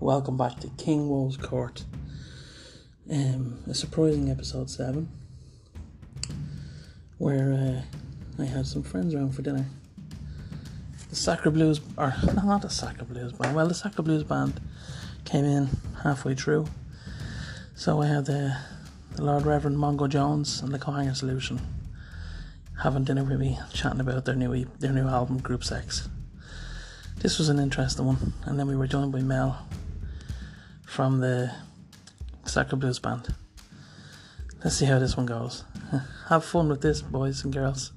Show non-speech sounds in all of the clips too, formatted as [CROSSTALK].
Welcome back to King Wolves Court. Um, a surprising episode seven, where uh, I had some friends around for dinner. The Sacra Blues, or no, not the Sacra Blues band. Well, the Sacra Blues band came in halfway through, so I had the, the Lord Reverend Mongo Jones and the Cohanger Solution having dinner with me, chatting about their new e- their new album, Group Sex. This was an interesting one, and then we were joined by Mel from the Sacra Blues Band. Let's see how this one goes. [LAUGHS] Have fun with this, boys and girls.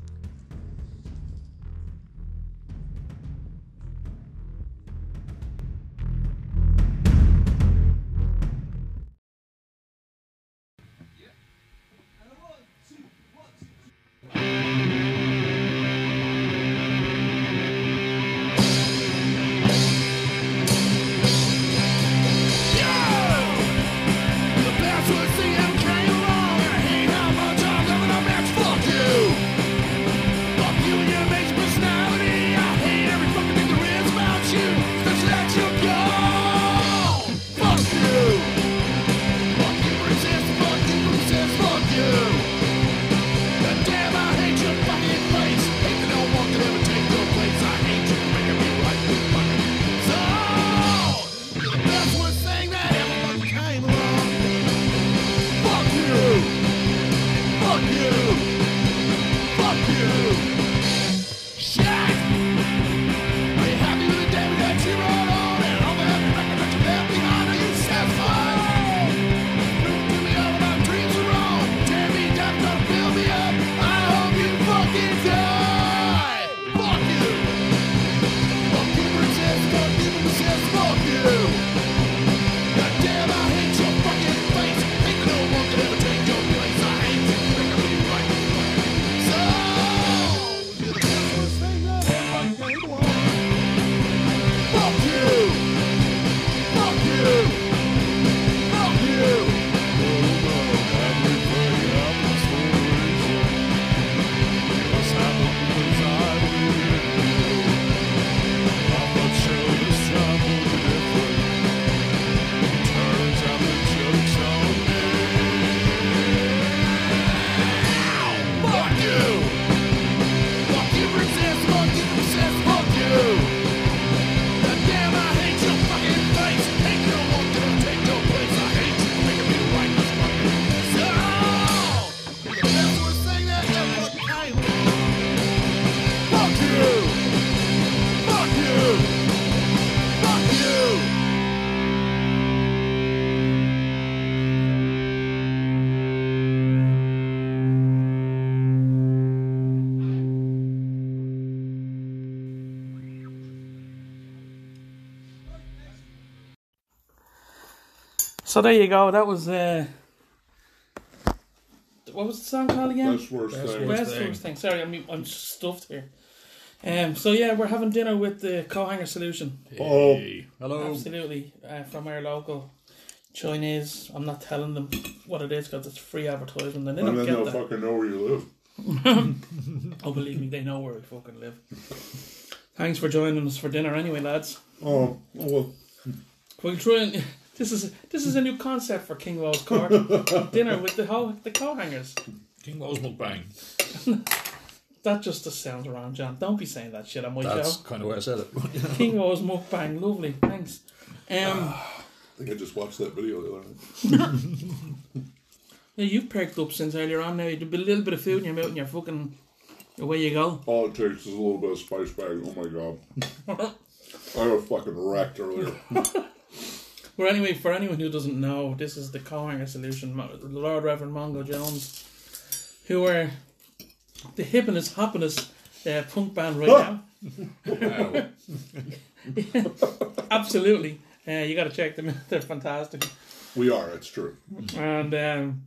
So there you go. That was uh, what was the song called again? Best worst Best thing. worst. Best thing. Worst thing. Sorry, I'm I'm stuffed here. Um. So yeah, we're having dinner with the Cohanger Solution. Oh, Hello. Absolutely, uh, from our local Chinese. I'm not telling them what it is because it's free advertising. and They don't and then get they'll that. fucking know where you live. Oh, believe me, they know where we fucking [LAUGHS] live. Thanks for joining us for dinner, anyway, lads. Oh, oh, well, We'll try and. [LAUGHS] This is this is a new concept for King Low's Court. dinner with the whole the co-hangers. King Low's mukbang. That just sounds wrong, John. Don't be saying that shit on my That's [LAUGHS] show. kind of why I said it. [LAUGHS] King O's mukbang, lovely, thanks. Um, I think I just watched that video the other night. yeah, you've perked up since earlier on. Now you a little bit of food in your mouth, and you're fucking away you go. All it takes is a little bit of spice bag. Oh my god. [LAUGHS] I got fucking wrecked earlier. Well, anyway, for anyone who doesn't know, this is the co-hanger solution. Mo- Lord Reverend Mongo Jones, who are the hippinest, hoppinest uh, punk band right now. Wow. Absolutely. Uh, you got to check them out. [LAUGHS] They're fantastic. We are, it's true. And um,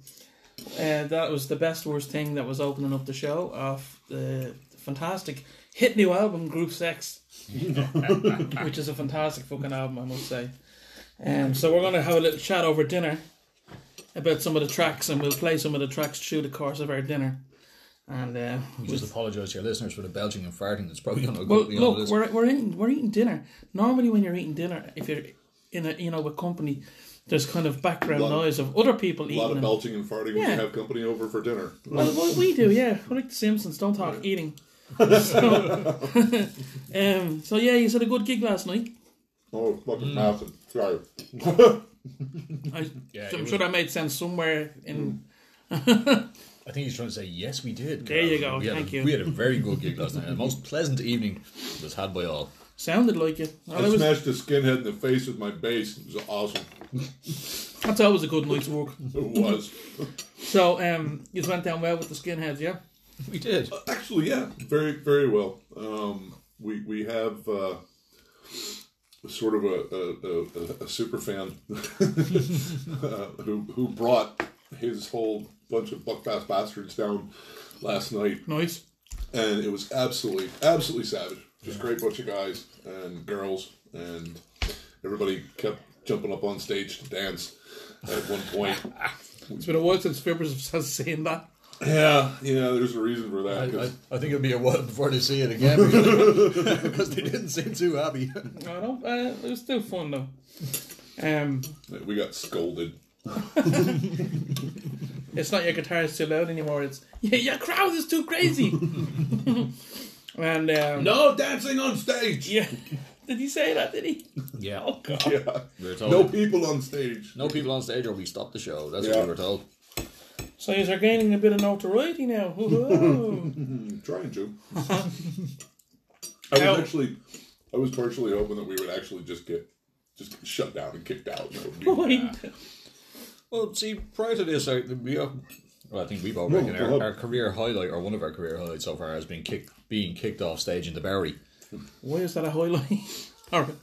uh, that was the best worst thing that was opening up the show of the fantastic hit new album Group [LAUGHS] Sex, which is a fantastic fucking album, I must say. Um, so we're gonna have a little chat over dinner about some of the tracks, and we'll play some of the tracks through the course of our dinner. And uh, We just apologise to your listeners for the belching and farting that's probably going to well, go beyond look, this. we're, we're eating we're eating dinner. Normally, when you're eating dinner, if you're in a you know with company, there's kind of background Lot of- noise of other people A lot eating. of and- belching and farting when Yeah. Mm. you have company over for dinner. well, well, we do, yeah. We're like the Simpsons. Don't talk [LAUGHS] eating. So, [LAUGHS] um, so yeah, you had a good gig last night. Oh, fucking Mm. massive. Sorry. I, Yeah, I'm it sure that made sense somewhere in. I think he's trying to say, yes, we did. There Gareth." you go, We had thank a, you. We had a very good gig last night. The most pleasant evening was had [LAUGHS] by all. Sounded like it. Well, I it was- smashed a skinhead in the face with my bass. It was awesome. that's always a good night's work. It was. So um, you went down well with the skinheads, yeah. We did. Actually, yeah, very, very well. Um, we we have uh, sort of a, a, a, a super fan [LAUGHS] uh, who who brought his whole bunch of Buckfast bastards down last night, Nice. and it was absolutely, absolutely savage. Just great bunch of guys and girls, and everybody kept jumping up on stage to dance at one point. [LAUGHS] It's been a while since Fibbers [LAUGHS] has seen that. yeah, yeah. There's a reason for that. I, 'cause- I, I think it'll be a while before they see it [LAUGHS] again [LAUGHS] because they didn't seem too happy. I don't. Uh, it was still fun though. Um, We got scolded. it's not your guitar is too loud anymore. It's yeah, your crowd is too crazy. [LAUGHS] and um, No dancing on stage. yeah, [LAUGHS] did he say that? Did he? Yeah. Oh god. Yeah. We were told, No people on stage. no people on stage or we stopped the show. That's Yeah. what we were told. So he's gaining a bit of notoriety now. [LAUGHS] Woohoo. I'm trying to. I Now- was actually, I was partially hoping that we would actually just get, just get shut down and kicked out. That would be- Wait. Well, see, prior to this, I, we uh, well, I think we've all No, reckon go our, ahead. our career highlight or one of our career highlights so far has been kicked, being kicked off stage in the Bowery. Why is that a highlight? All right.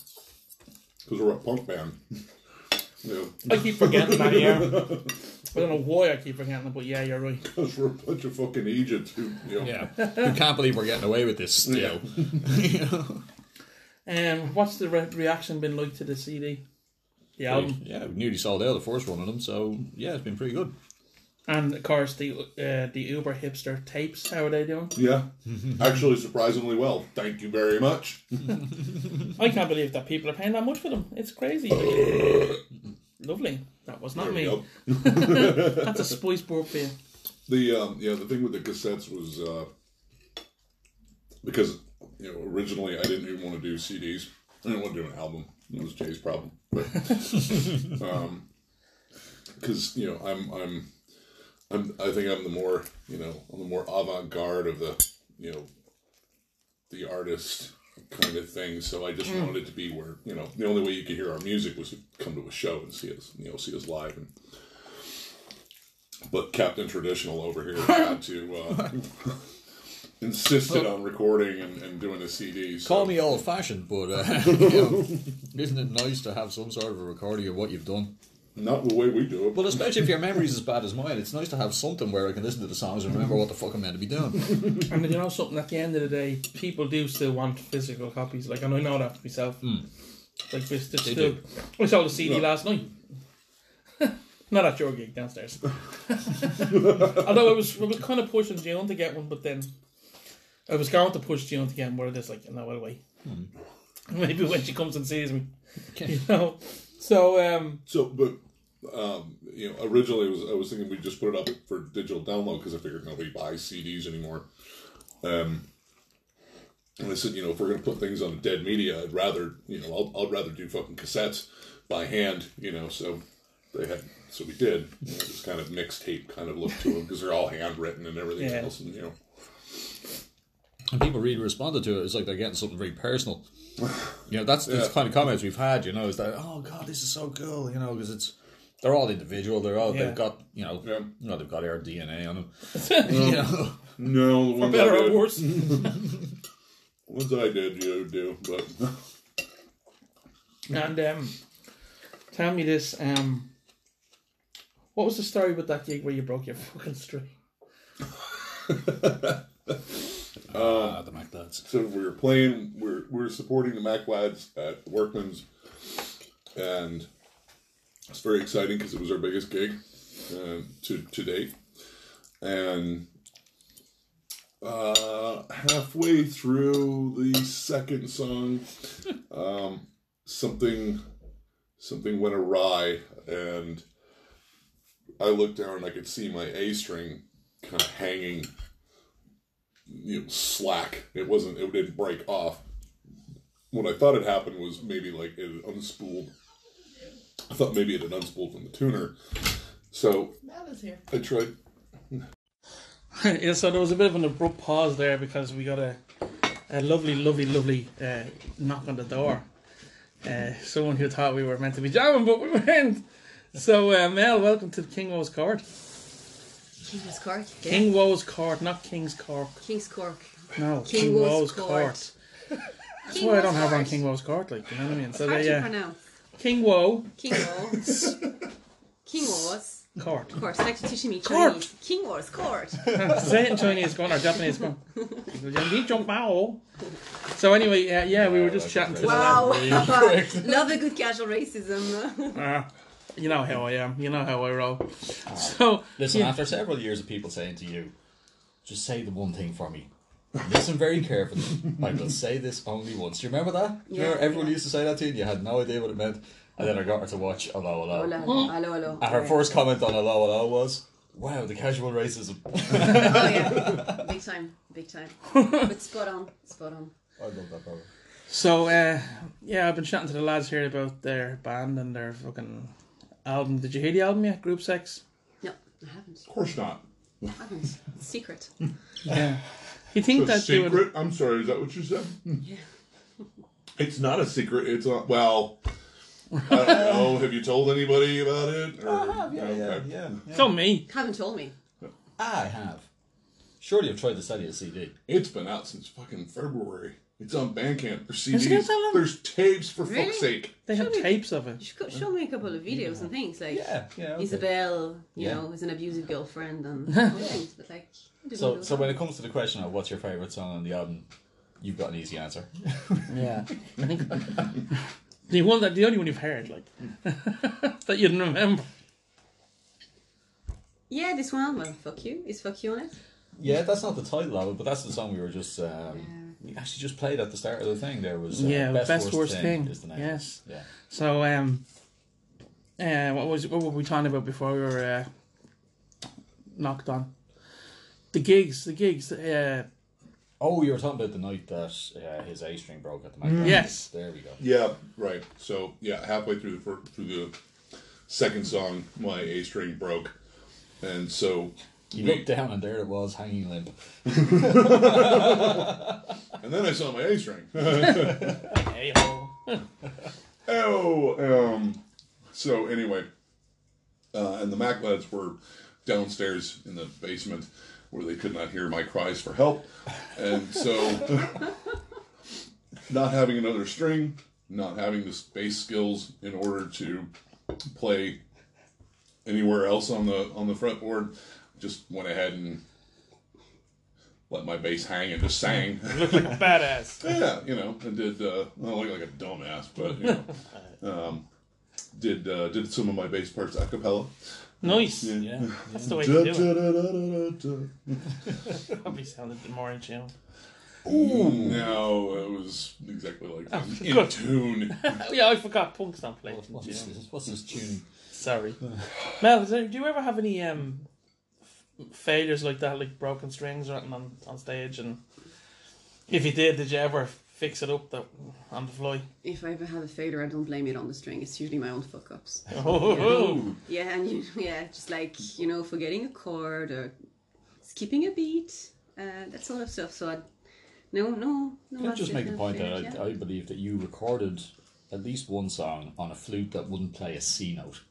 Because we're a punk band. [LAUGHS] Yeah, I keep forgetting that. Yeah. I don't know why I keep forgetting it, but yeah, you're right. because we're a bunch of fucking agents who, you know, [LAUGHS] Yeah, we can't believe we're getting away with this still. Um, what's the re- reaction been like to the CD, the album, yeah, we nearly sold out the first one of them, so yeah, it's been pretty good. and of course the uh, the Uber hipster tapes? How are they doing? yeah, actually surprisingly well. Thank you very much. I can't believe that people are paying that much for them. It's crazy. Lovely. That was not There me. we go. That's a spice board for you. The um, yeah, the thing with the cassettes was uh, because you know originally I didn't even want to do CDs. I didn't want to do an album. It was Jay's problem, but because you know I'm I'm I'm I think I'm the more you know I'm the more avant garde of the you know the artist kind of thing. So I Mm. just wanted it to be where you know the only way you could hear our music was to come to a show and see us you know see us live and. But Captain Traditional over here [LAUGHS] had to uh, insisted on recording and, and doing a CD. So Call me old fashioned, [LAUGHS] but uh, [LAUGHS] you know, isn't it nice to have some sort of a recording of what you've done? not the way we do it. Well, especially if your memory's as bad as mine, it's nice to have something where I can listen to the songs and remember what the fuck I'm meant to [LAUGHS] be doing. And you know something? At the end of the day, people do still want physical copies. Like, and I know that myself. Like, there's, there's still. do. I sold a CD Yeah. last night. [LAUGHS] Not at your gig downstairs. Although I was, I was kind of pushing June to get one, but then I was going to push June to get one. Where there's like, no, I'll wait. [LAUGHS] Maybe when she comes and sees me, [LAUGHS] you know. So, um, So, but um, you know, originally it was I was thinking we just put it up for digital download because I figured nobody buys CDs anymore. Um, and I said, you know, if we're gonna put things on dead media, I'd rather you know I'll, I'd rather do fucking cassettes by hand, you know. So they had so we did you know, this kind of mixtape kind of look to them because they're all handwritten and everything Yeah. else, and you know. And people really responded to it. It's like they're getting something very personal. You know, that's the kind of comments we've had. You know, is that oh god, this is so cool. You know, because it's they're all individual. They're all Yeah. they've got you know, Yeah. you know they've got our DNA on them. you know, No, the ones, better I or did, worse. ones I did, you do, [LAUGHS] but And um, tell me this: um, what was the story with that gig where you broke your [LAUGHS] fucking string? ah, the Mac lads. so we were playing we were, we were supporting the mac lads at workman's and it's very exciting because it was our biggest gig uh, to, to date and uh, halfway through the second song um, something something went awry, and I looked down and I could see my A string kind of hanging, you know, slack. It wasn't. It didn't break off. What I thought had happened was maybe like it had unspooled. I thought maybe it had unspooled from the tuner. So Mel is here. I tried. yeah, so there was a bit of an abrupt pause there because we got a, a lovely, lovely, lovely uh, knock on the door. Uh, someone who thought we were meant to be jamming, but we weren't. So, uh, Mel, welcome to the King Woe's Court. King's Cork. yeah. King Woe's Court, not King's Cork. King's Cork. No, King King Woe's Woe's Court. Court. That's King why I Woe's don't have on Court. King Woe's Court, like, you know what I mean? So, How do they, you yeah. pronounce? King Woe King Wars. [LAUGHS] King Wars. Court. Of course, like to teach me Court. Chinese. King [LAUGHS] Wars Court. Say it in Chinese, go on, or Japanese, go on. So, anyway, uh, yeah, we were just chatting to the lad. Wow. [LAUGHS] Love a good [LAUGHS] casual racism. Uh, you know how I am. You know how I roll. So Listen, after several years of people saying to you, just say the one thing for me. Listen very carefully. I will say this only once. Do you remember that? Do you Yeah, remember everyone yeah. used to say that to you and you had no idea what it meant. And then I got her to watch Hello Hello. Hello, hello, hello. And her first comment on Hello Hello was, wow, the casual [LAUGHS] racism. Oh, [LAUGHS] yeah. Big time, big time. But spot on, spot on. I love that program. so uh, yeah, I've been chatting to the lads here about their band and their fucking album. Did you hear the album yet? Group Sex. No, I haven't. Of course not. I haven't. It's secret. Yeah. You think It's a that they would? secret. I'm sorry. Is that what you said? It's not a secret. It's a well. [LAUGHS] I don't know. Have you told anybody about it? Or, okay. yeah, Tell me. Haven't told me. I have. Surely I've tried to sell you a CD. It's been out since fucking February. It's on Bandcamp. There's it been CDs. so long? There's tapes for Really? fuck's sake. They have Show me. tapes of it. You should show me a couple of videos and things like Yeah, yeah. okay. Isabel, you Yeah. know, is an abusive [LAUGHS] girlfriend and all things. But like, I didn't So, know so that. when it comes to the question of what's your favourite song on the album, you've got an easy answer. Yeah. I think [LAUGHS] the one that the only one you've heard, like [LAUGHS] that you didn't remember. yeah, this one, well, fuck you. Is fuck you on it? [LAUGHS] Yeah, that's not the title of it, but that's the song we were just um, we actually just played at the start of the thing. There was uh, Yeah, best, Best worst, Worst thing, Thing, Is the name. yes. Yeah. So um, uh, what was what were we talking about before we were uh, knocked on? The gigs, the gigs. Uh, Oh, you were talking about the night that uh, his A string broke at the microphone. Mm. yes. There we go. Yeah, right. So yeah, halfway through the fir- through the second song, my A string broke, and so You we- looked down and there it was, hanging limp. and then I saw my A string. Oh, um, so anyway, uh, and the Mac lads were downstairs in the basement where they could not hear my cries for help, and so not having another string, not having the bass skills in order to play anywhere else on the on the fretboard, just went ahead and let my bass hang and just sang. [LAUGHS] Badass. Yeah, you know, I did. Uh, I look like a dumbass, but you [LAUGHS] know, um, did uh, did some of my bass parts a cappella. Nice. [LAUGHS] Yeah. That's the way Da, to da, do it. da, da, da, da. Probably sounded more in tune. No, it was exactly like that. in Oh, good. tune. Oh, yeah, I forgot punk's not playing. What's, this, what's this tune? Sorry. [LAUGHS] Mel, is there, do you ever have any um f- failures like that, like broken strings or anything on, on stage? And if you did, did you ever fix it up that, on the fly? If I ever have a failure, I don't blame it on the string. It's usually my own fuck ups. Oh, Yeah, and you, yeah, just like you know, forgetting a chord or skipping a beat, uh, that sort of stuff. So I, no, no, no. Can I just massive make the point failures, that yeah. I, I believe that you recorded at least one song on a flute that wouldn't play a C note.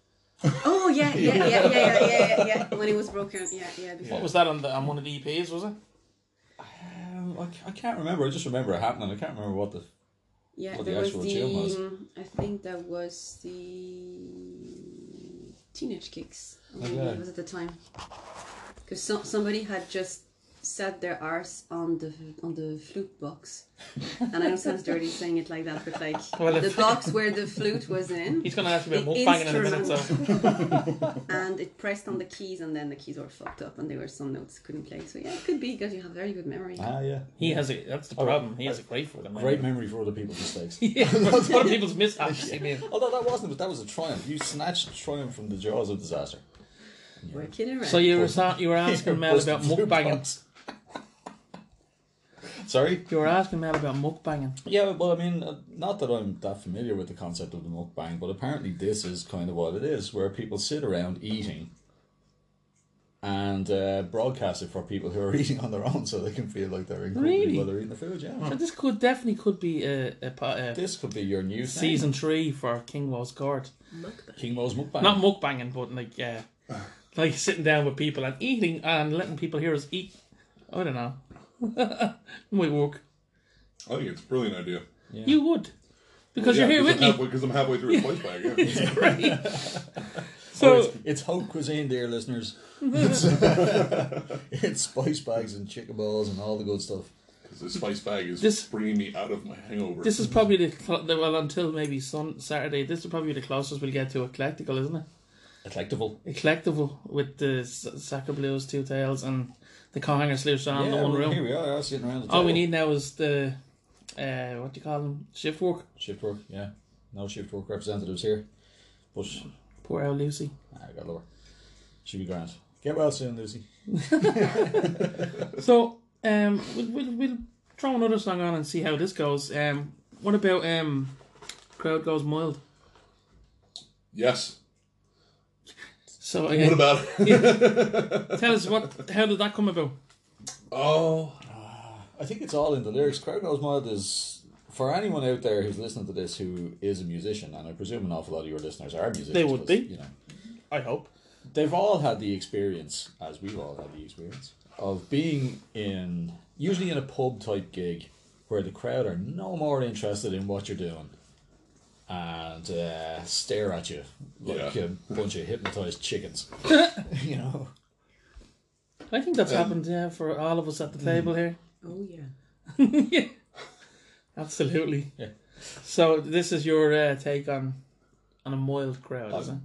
Oh yeah, yeah, yeah, yeah, yeah, yeah, [LAUGHS] yeah, yeah. When it was broken, yeah, yeah. Before. what was that on the on one of the EPs? Was it? Um, I, ca- I can't remember. I just remember it happening. I can't remember what the. Yeah, What the there was actual tune was. the. I think that was the Teenage Kicks. I think Okay. Oh, It was at the time because so, somebody had just sat their arse on the on the flute box, and I know it sounds dirty saying it like that, but like [LAUGHS] Well, the if- box where the flute was in, [LAUGHS] He's going to ask me The about banging in a minute, so. and it pressed on the keys, and then the keys were fucked up, and there were some notes it couldn't play. So yeah, it could be because you have very good memory. Ah, yeah. He has a. That's the problem. He has a great for them. Great memory for other people's mistakes. [LAUGHS] Yeah, that's what people's mishaps. I mean, [LAUGHS] Although that wasn't, but that was a triumph. You snatched triumph from the jaws of disaster. We're kidding around. so you were sa- you were asking Mel Busted about through mukbanging. bonds. [LAUGHS] Sorry? You were asking Mel about mukbanging. Yeah, well, I mean, uh, not that I'm that familiar with the concept of the mukbang, but apparently this is kind of what it is, where people sit around eating and uh, broadcast it for people who are [LAUGHS] eating on their own, so they can feel like they're in company Really? while they're eating the food. Yeah, So this could definitely could be a, a, po- a this could be your new thing. season three for King Rose Court. King Mo's mukbang. Not mukbanging, but like yeah, like sitting down with people and eating and letting people hear us eat. I don't know. [LAUGHS] Might work. I think it's a brilliant idea. You would, because Yeah, you're here with I'm me. halfway, Because I'm halfway [LAUGHS] through a place bag. [LAUGHS] Yeah. So it's, it's haute cuisine, dear [LAUGHS] listeners. it's, it's spice bags and chicken balls and all the good stuff. this spice bag is This- bringing me out of my hangover. this is probably the cl- the- well until maybe sun Saturday. This is probably the closest we'll get to eclectical, isn't it? Eclectable. Eclectical with the S- Sacker Blues, Two Tails, and the Conhanger Sleuths on Yeah, the one well, here room. we are, sitting around the table. All we need now is the uh, what do you call them? Shift work. Shift work, yeah. No shift work representatives here. But Poor old Lucy. nah, I got lower. She'll be grand. Get well soon, Lucy. So um, we'll, we'll we'll throw another song on and see how this goes. Um, what about um, crowd goes mild? yes. So What uh, [LAUGHS] about tell us what how did that come about? Oh, uh, I think it's all in the lyrics. Crowd Goes Mild is for anyone out there who's listening to this who is a musician, and I presume an awful lot of your listeners are musicians. They would 'cause, be. You know, I hope. they've all had the experience, as we've all had the experience, of being in usually in a pub type gig where the crowd are no more interested in what you're doing and uh, stare at you like Yeah. a bunch of hypnotized [LAUGHS] chickens. you know, I think that's happened yeah for all of us at the table here. Oh yeah. yeah, absolutely. Yeah. So this is your uh, take on on a mild crowd, is it?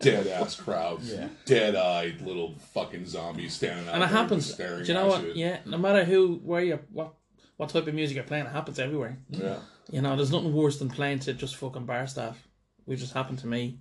dead ass crowds. Yeah. Dead eyed little fucking zombies standing out And it there happens. just Do staring you know at what? you. Yeah, no matter who, where you, what, what type of music you're playing, it happens everywhere. Yeah. You know, there's nothing worse than playing to just fucking bar staff, which just happened to me.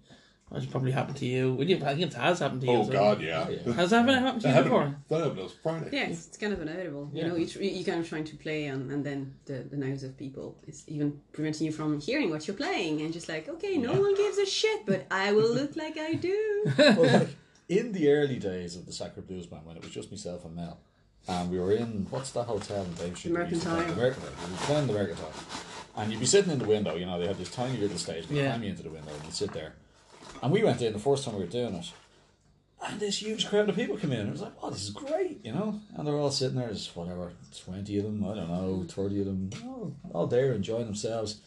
It just probably happened to you. Well, you- I think it has happened to you. Oh, as well. God, yeah. yeah. Has that ever happened to That you [LAUGHS] happened, before? that happened last Friday. Yeah, it's, it's kind of inevitable. Yeah. You know, you, tr- you kind of trying to play, and, and then the, the noise of people is even preventing you from hearing what you're playing, and just like, okay, no one gives a shit, but I will look like I do. well, like, in the early days of the Sacred Blues Band, when it was just myself and Mel, and we were in what's that hotel in Dave Street? Mercantile. The Mercantile. We were playing the Mercantile, and you'd be sitting in the window. You know, they had this tiny little stage. They Yeah. climb you into the window and you sit there. And we went in the first time we were doing it, and this huge crowd of people came in. It was like, oh, this is great, you know. And they're all sitting there, just whatever, twenty of them, I don't know, thirty of them, all, all there enjoying themselves.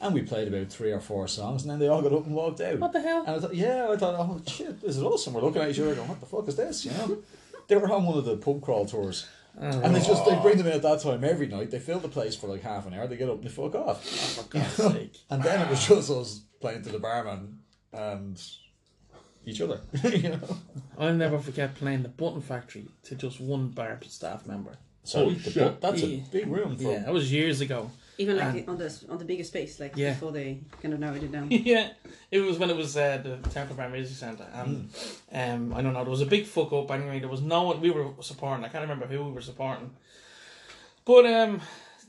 And we played about three or four songs, and then they all got up and walked out. What the hell? And I thought, yeah, I thought, oh shit, this is awesome. We're looking at each other, going, what the fuck is this? You know, they were on one of the pub crawl tours, Oh. and they just they bring them in at that time every night. They fill the place for like half an hour. They get up and they fuck off. And then it was just us playing to the barman and each other. [LAUGHS] you know, I'll never forget playing the Button Factory to just one bar staff member. so Holy the, shit. that's Yeah. a big room for Yeah, that was years ago. Even like on the on the bigger space, like Yeah. before they kind of narrowed it down. [LAUGHS] yeah, it was when it was uh, the Temple Bar Music Centre, and um, I don't know, there was a big fuck up. Anyway, there was no one we were supporting. I can't remember who we were supporting, but um,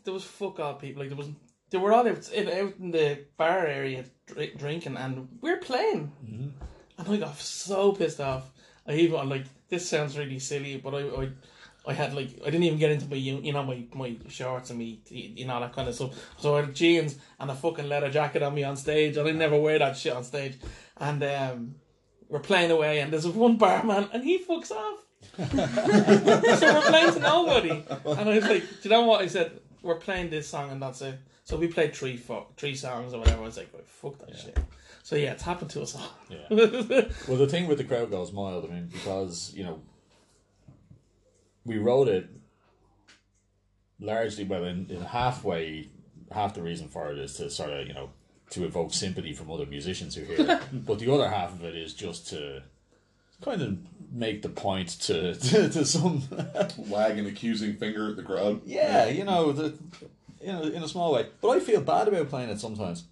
there was fuck all people. Like there was, they were all out, in- out in the bar area dr- drinking, and we are playing, and I got so pissed off. I even like this sounds really silly, but I. I I had like I didn't even get into my u- you know my, my shorts and my you know that kind of stuff. So I had jeans and a fucking leather jacket on me on stage, and I never wear that shit on stage. And um, we're playing away, and there's one barman, and he fucks off. so we're playing to nobody, and I was like, do you know what? I said we're playing this song, and that's it. So we played three fo- three songs or whatever. I was like, "Oh, fuck that shit. So yeah, it's happened to us all. [LAUGHS] [LAUGHS] Yeah. well, the thing with the crowd goes mild. I mean, because you know, we wrote it largely well in, in halfway half the reason for it is to sort of you know to evoke sympathy from other musicians who hear it but the other half of it is just to kind of make the point to [LAUGHS] to, to some Wagging accusing finger at the crowd. yeah you know the you know in a small way but i feel bad about playing it sometimes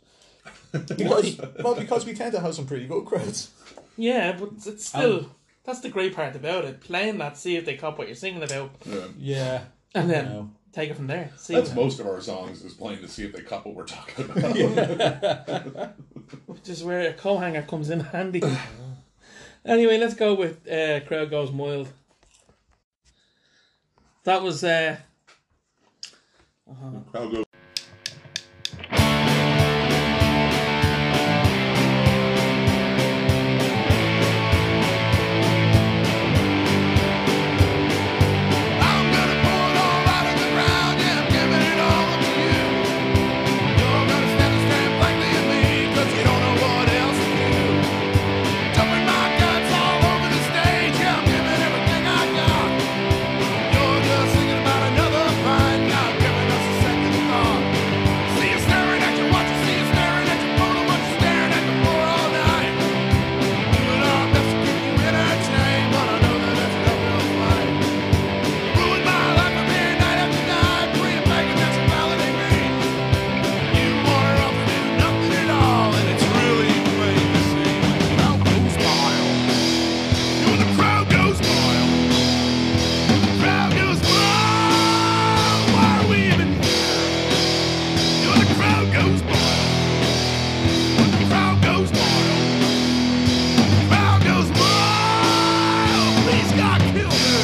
because well because we tend to have some pretty good crowds Yeah, but it's- it's still Um, that's the great part about it. Playing that, see if they cop what you're singing about, Yeah. yeah and then No. take it from there. See, That's most of our songs is playing to see if they cop what we're talking about. which is where a co-hanger comes in [LAUGHS] handy. anyway, let's go with uh, "Crowd Goes Mild." That was uh, Crowd goes. I'm gonna pull it all out of the ground, yeah, I'm giving it all up to you. You're gonna stand and stare blankly at me, 'cause you don't know what else to do. Dumping my guts all over the stage, yeah, I'm giving everything I got. You're just thinking about another fight, not giving us a second thought. See you staring at your watch, see you staring at your phone, and what you staring at the floor all night. Doing our best to keep you entertained, but I know that that's an uphill fight. Ruined my life from here night after night, bringing back a nationality ring. You water up and do nothing at all, and it's really plain to see. Crowd goes wild. You and the crowd goes wild. Crowd goes wild. Why are we even here? You and the crowd goes wild. Crowd goes wild. Crowd goes wild. Please God kill her.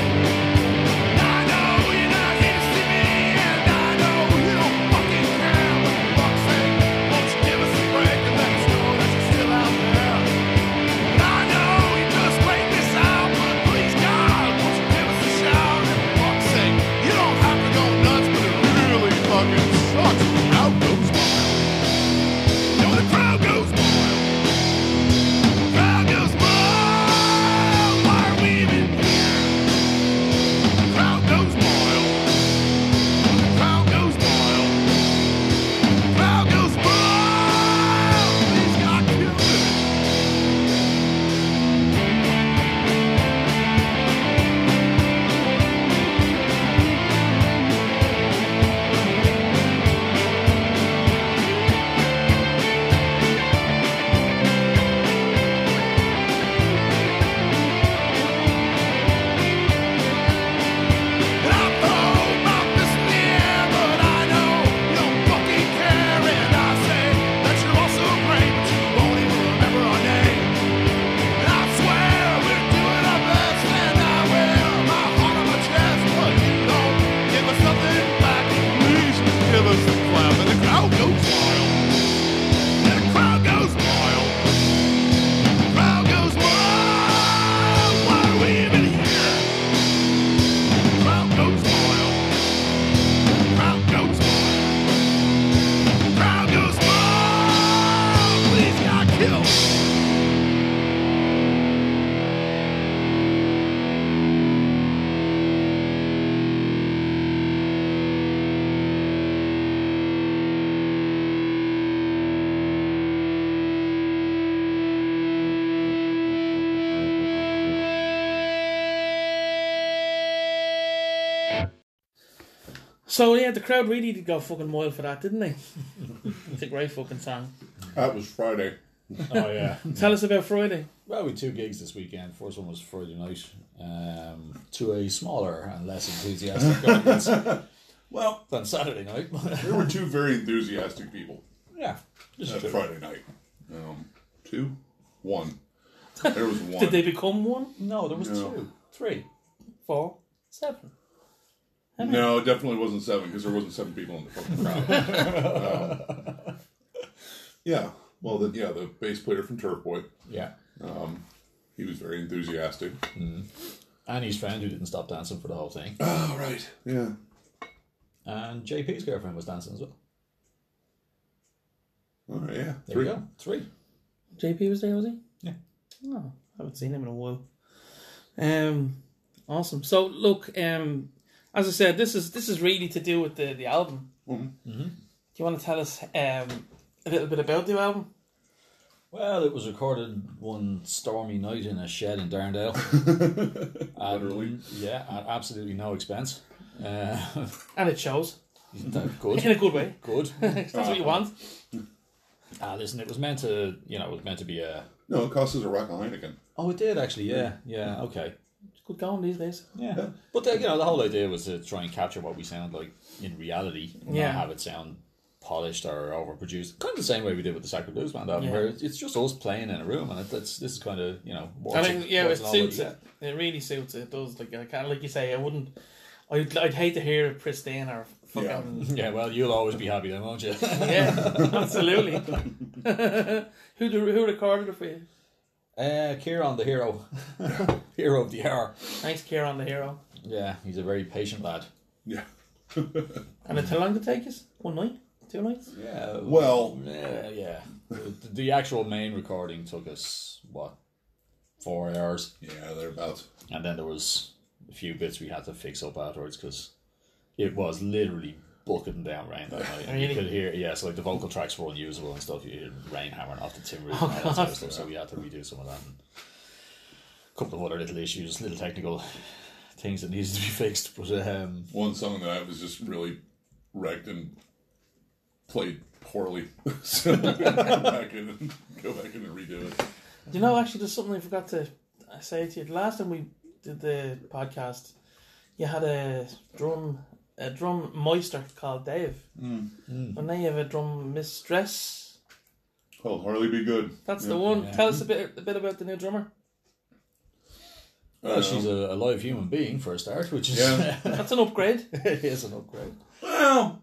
I know you're not here to see me, and I know you don't fucking care. But for fuck's sake, won't you give us a break and let us know that you're still out there? I know you're just waiting this out, but please God, won't you give us a shout? And for fuck's sake, you don't have to go nuts, but it really fucking sucks. The crowd goes wild. No, the crowd goes wild. Crowd goes wild. Why are we even here? Crowd goes wild. Crowd goes wild. Crowd goes wild. Please God, kill me. And I throw my fist in the air, but I know you don't fucking care. And I say that you're all so great, but you won't even remember our name. And I swear we're doing our best, and I wear my heart on my chest, but you don't give us nothing back. Please just give us the clap, and the crowd goes wild. And the crowd goes wild. The crowd goes wild. Why are we even here? Crowd goes wild. Crowd goes wild. Crowd goes wild. Please, God, kill. so yeah, the crowd really did go fucking wild for that, didn't they? [LAUGHS] it's a great fucking song. That was Friday. [LAUGHS] oh yeah Tell us about Friday. Well, we had two gigs this weekend. First one was Friday night um, to a smaller and less enthusiastic audience Well, than Saturday night. [LAUGHS] there were two very enthusiastic people yeah, this at is true. Friday night. Um, two, one. There was one. Did they become one, No, there was No. two, three. four, seven? No, it definitely wasn't seven because there wasn't seven people in the fucking crowd. Um, yeah. Well, the, yeah, the bass player from Turf Boy, Yeah, he was very enthusiastic. and his friend who didn't stop dancing for the whole thing, Oh, right. Yeah. and JP's girlfriend was dancing as well. All right, yeah. There Three. we go. Three. JP was there, was he? Yeah. Oh, I haven't seen him in a while. Um, awesome. So look, um, as I said, this is this is really to do with the the album. Mm-hmm. Do you want to tell us um a little bit about the album? Well, it was recorded one stormy night in a shed [LAUGHS] in Darndale. Literally. yeah, at absolutely no expense. Uh, [LAUGHS] And it shows isn't that in good? a good way. Good. That's what you want. [LAUGHS] Ah, listen, it was meant to, you know, it was meant to be a. No, it costs us a rock line again. Oh, it did actually. Yeah, yeah. Okay. It's good going these days. Yeah. But the, you know, the whole idea was to try and capture what we sound like in reality, and Yeah. not have it sound polished or overproduced. Kind of the same way we did with the Sacred Blues Band album, Yeah. where it's it's just us playing in a room, and it, it's this is kind of you I know. watching- think yeah, it watching all suits the- it. It really suits it. It does. Like I can't, like you say, I wouldn't. I'd, I'd hate to hear it pristine or fucking Yeah, well, you'll always be happy then, won't you? [LAUGHS] yeah, [LAUGHS] absolutely. who do, who recorded it for you? uh, Kieran, the hero, [LAUGHS] hero of the hour. Thanks, Kieran the hero. Yeah, he's a very patient lad. Yeah. And Mm-hmm. it's how long did it take us? One night? Two nights? Yeah. Well, Yeah, Uh, yeah. The, the actual main recording took us what four hours, yeah, thereabouts. and then there was a few bits we had to fix up afterwards because it was literally bucketing down rain that night. And Really? You could hear, yeah, so like the vocal tracks were unusable and stuff. You hear rain hammering off the timbers and all that sort of stuff. So we had to redo some of that. And a couple of other little issues, little technical things that needed to be [LAUGHS] fixed. But um, One song that I was just really wrecked and played poorly. [LAUGHS] so go back in and go back in and redo it. Do you Mm-hmm. know, actually, there's something I forgot to say to you. The last time we did the podcast, you had a drum a drum meister called Dave. Mm. And now you have a drum mistress. Well, hardly Oh, be good. That's Yeah. the one. Tell us a bit a bit about the new drummer. Oh, well, Um, she's a, a live human being for a start, which is Yeah. That's an upgrade. [LAUGHS] it is an upgrade. Well,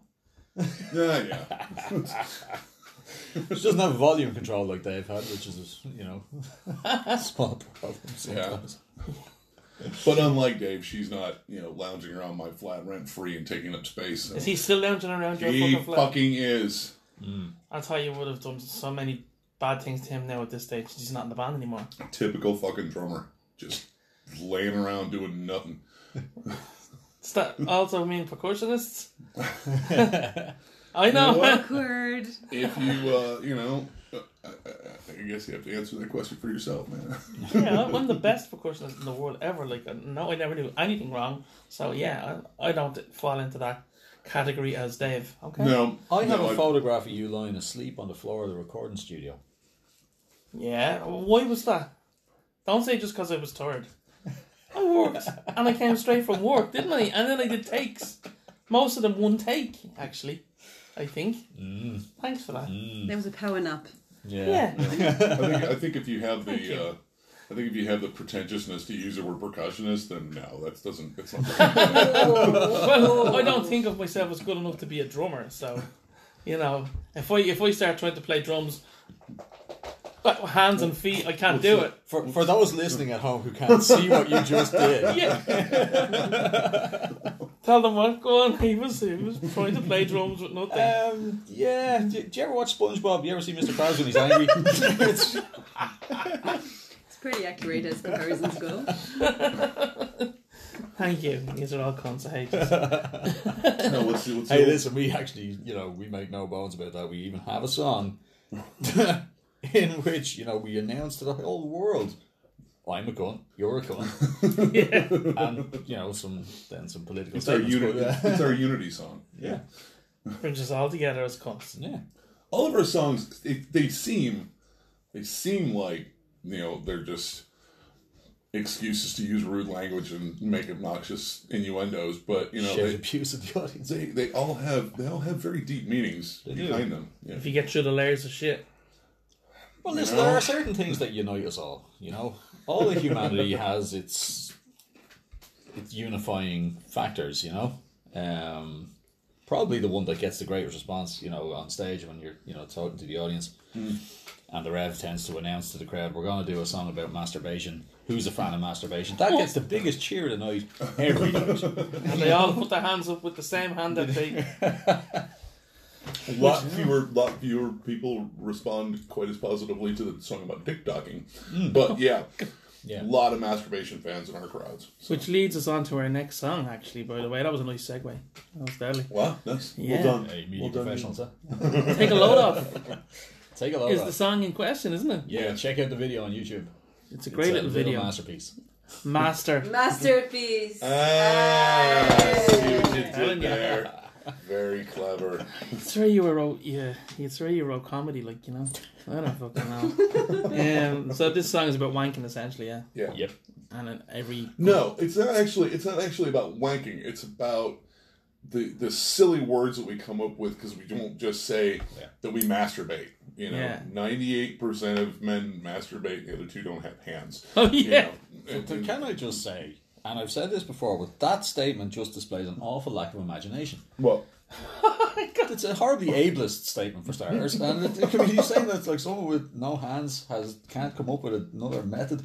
yeah, yeah. She doesn't have volume control like Dave had, which is, you know, [LAUGHS] a small problem sometimes. [LAUGHS] But unlike Dave, she's not you know lounging around my flat rent free and taking up space. So. Is he still lounging around your He fucking flat? fucking is. I thought you would have done so many bad things to him now at this stage. He's not in the band anymore. Typical fucking drummer. Just laying around doing nothing. Does that also mean percussionists? I know. what? Awkward. If you, uh, you know, uh, I, I- I guess you have to answer that question for yourself, man. [LAUGHS] yeah, I'm one of the best percussionists in the world ever. Like, uh, no, I never do anything wrong. So yeah, I, I don't fall into that category as Dave. Okay. No, I have no, a photograph of you lying asleep on the floor of the recording studio. Yeah. Why was that? Don't say just because I was tired. I worked, and I came straight from work, didn't I? And then I did takes. Most of them one take, actually. I think. Thanks for that. There was a power nap. Yeah. I think, I think if you have the, uh, I think if you have the pretentiousness to use the word percussionist, then no, that doesn't. [LAUGHS] It's not. Oh. Well, I don't think of myself as good enough to be a drummer, so you know, if I if I start trying to play drums, like, hands and feet, I can't do it. For, for those listening at home who [LAUGHS] can't see what you just did, Yeah. [LAUGHS] Tell them what. Go on. He was he was trying to play drums with nothing. um, yeah. Do, do you ever watch SpongeBob? You ever see Mr. Krabs when he's [LAUGHS] angry? It's- It's pretty accurate as comparisons go. Thank you. These are all cons. I hate this. no, what's the, what's the hey, old- listen, we actually, you know, we make no bones about that. We even have a song [LAUGHS] in which, you know, we announce to the whole world, "I'm a cunt, you're a cunt," and you know, some then some political It's our statements. unity. but, uh, It's [LAUGHS] our unity song. yeah, Brings us all together as cons. yeah. All of our songs, they, they seem, they seem like you know they're just excuses to use rude language and make obnoxious innuendos. But you know, Shared they, abuse of the audience. they they all have they all have very deep meanings do. behind them. Yeah. If you get through the layers of shit, Well, listen, there are certain things that unite us all. You know, all of [LAUGHS] humanity has its its unifying factors. You know, um, probably the one that gets the greatest response. You know, on stage when you're you know talking to the audience, Mm. and the rev tends to announce to the crowd, "We're going to do a song about masturbation." Who's a fan of masturbation? [LAUGHS] That gets the biggest cheer of the night every night. and they all put their hands up with the same hand that they. A lot fewer, lot fewer people respond quite as positively to the song about dick docking, but Hmm. [LAUGHS] yeah, a Yeah. lot of masturbation fans in our crowds. So, Which leads us on to our next song, actually, by the way. That was a nice segue. That was deadly. wow, that's Yeah. well done. Hey, eh, media well done. professionals, huh? Take a load off Take a look is at the that. song in question, isn't it? Yeah, check out the video on YouTube. It's a great It's a little video. masterpiece. Master. Masterpiece. Ah, see what you Telling did ya. there. [LAUGHS] Very clever. It's where you wrote, yeah, it's where you wrote comedy, like, you know. I don't fucking know. um, so this song is about wanking, essentially, yeah. Yeah. Yep. And in every. No, it's not actually. It's not actually about wanking. It's about the the silly words that we come up with because we don't just say Yeah. that we masturbate. You know, Yeah. ninety eight percent of men masturbate. The other two don't have hands. Oh, [LAUGHS] You yeah. know, and- But and- can I just say, and I've said this before, but that statement just displays an awful lack of imagination. well, It's a horribly ableist statement for starters, and it, it, I mean, he's saying that like someone with no hands has can't come up with another method.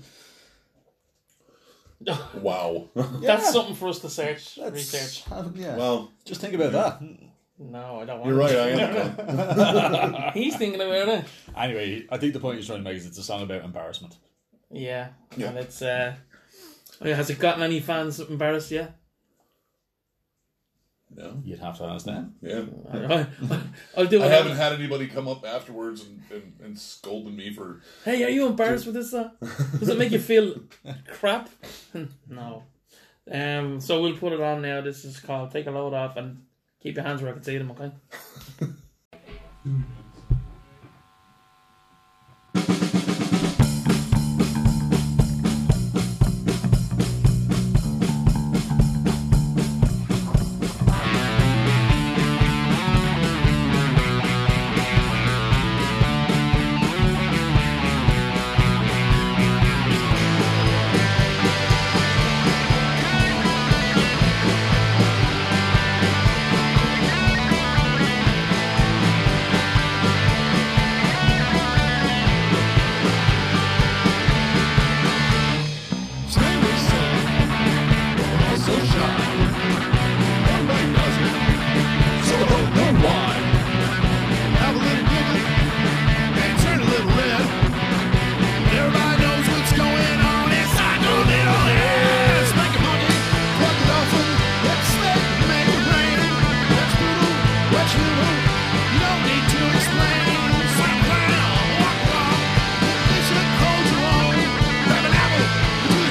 wow. That's something for us to search, That's- research. yeah. well, just think about that. No, I don't want you're right. to. I am. [LAUGHS] done. He's thinking about it. [LAUGHS] Anyway, I think the point he's trying to make is it's a song about embarrassment. Yeah. Yeah. And it's. uh yeah, Has it gotten any fans embarrassed yet? No. You'd have to ask them. Yeah. [LAUGHS] I'll do I it. haven't had anybody come up afterwards and, and, and scolding me for Hey, are you embarrassed with this song? Does it make you feel crap? [LAUGHS] no. Um, so we'll put it on now. This is called Take a Load Off and keep your hands where I can see them, okay?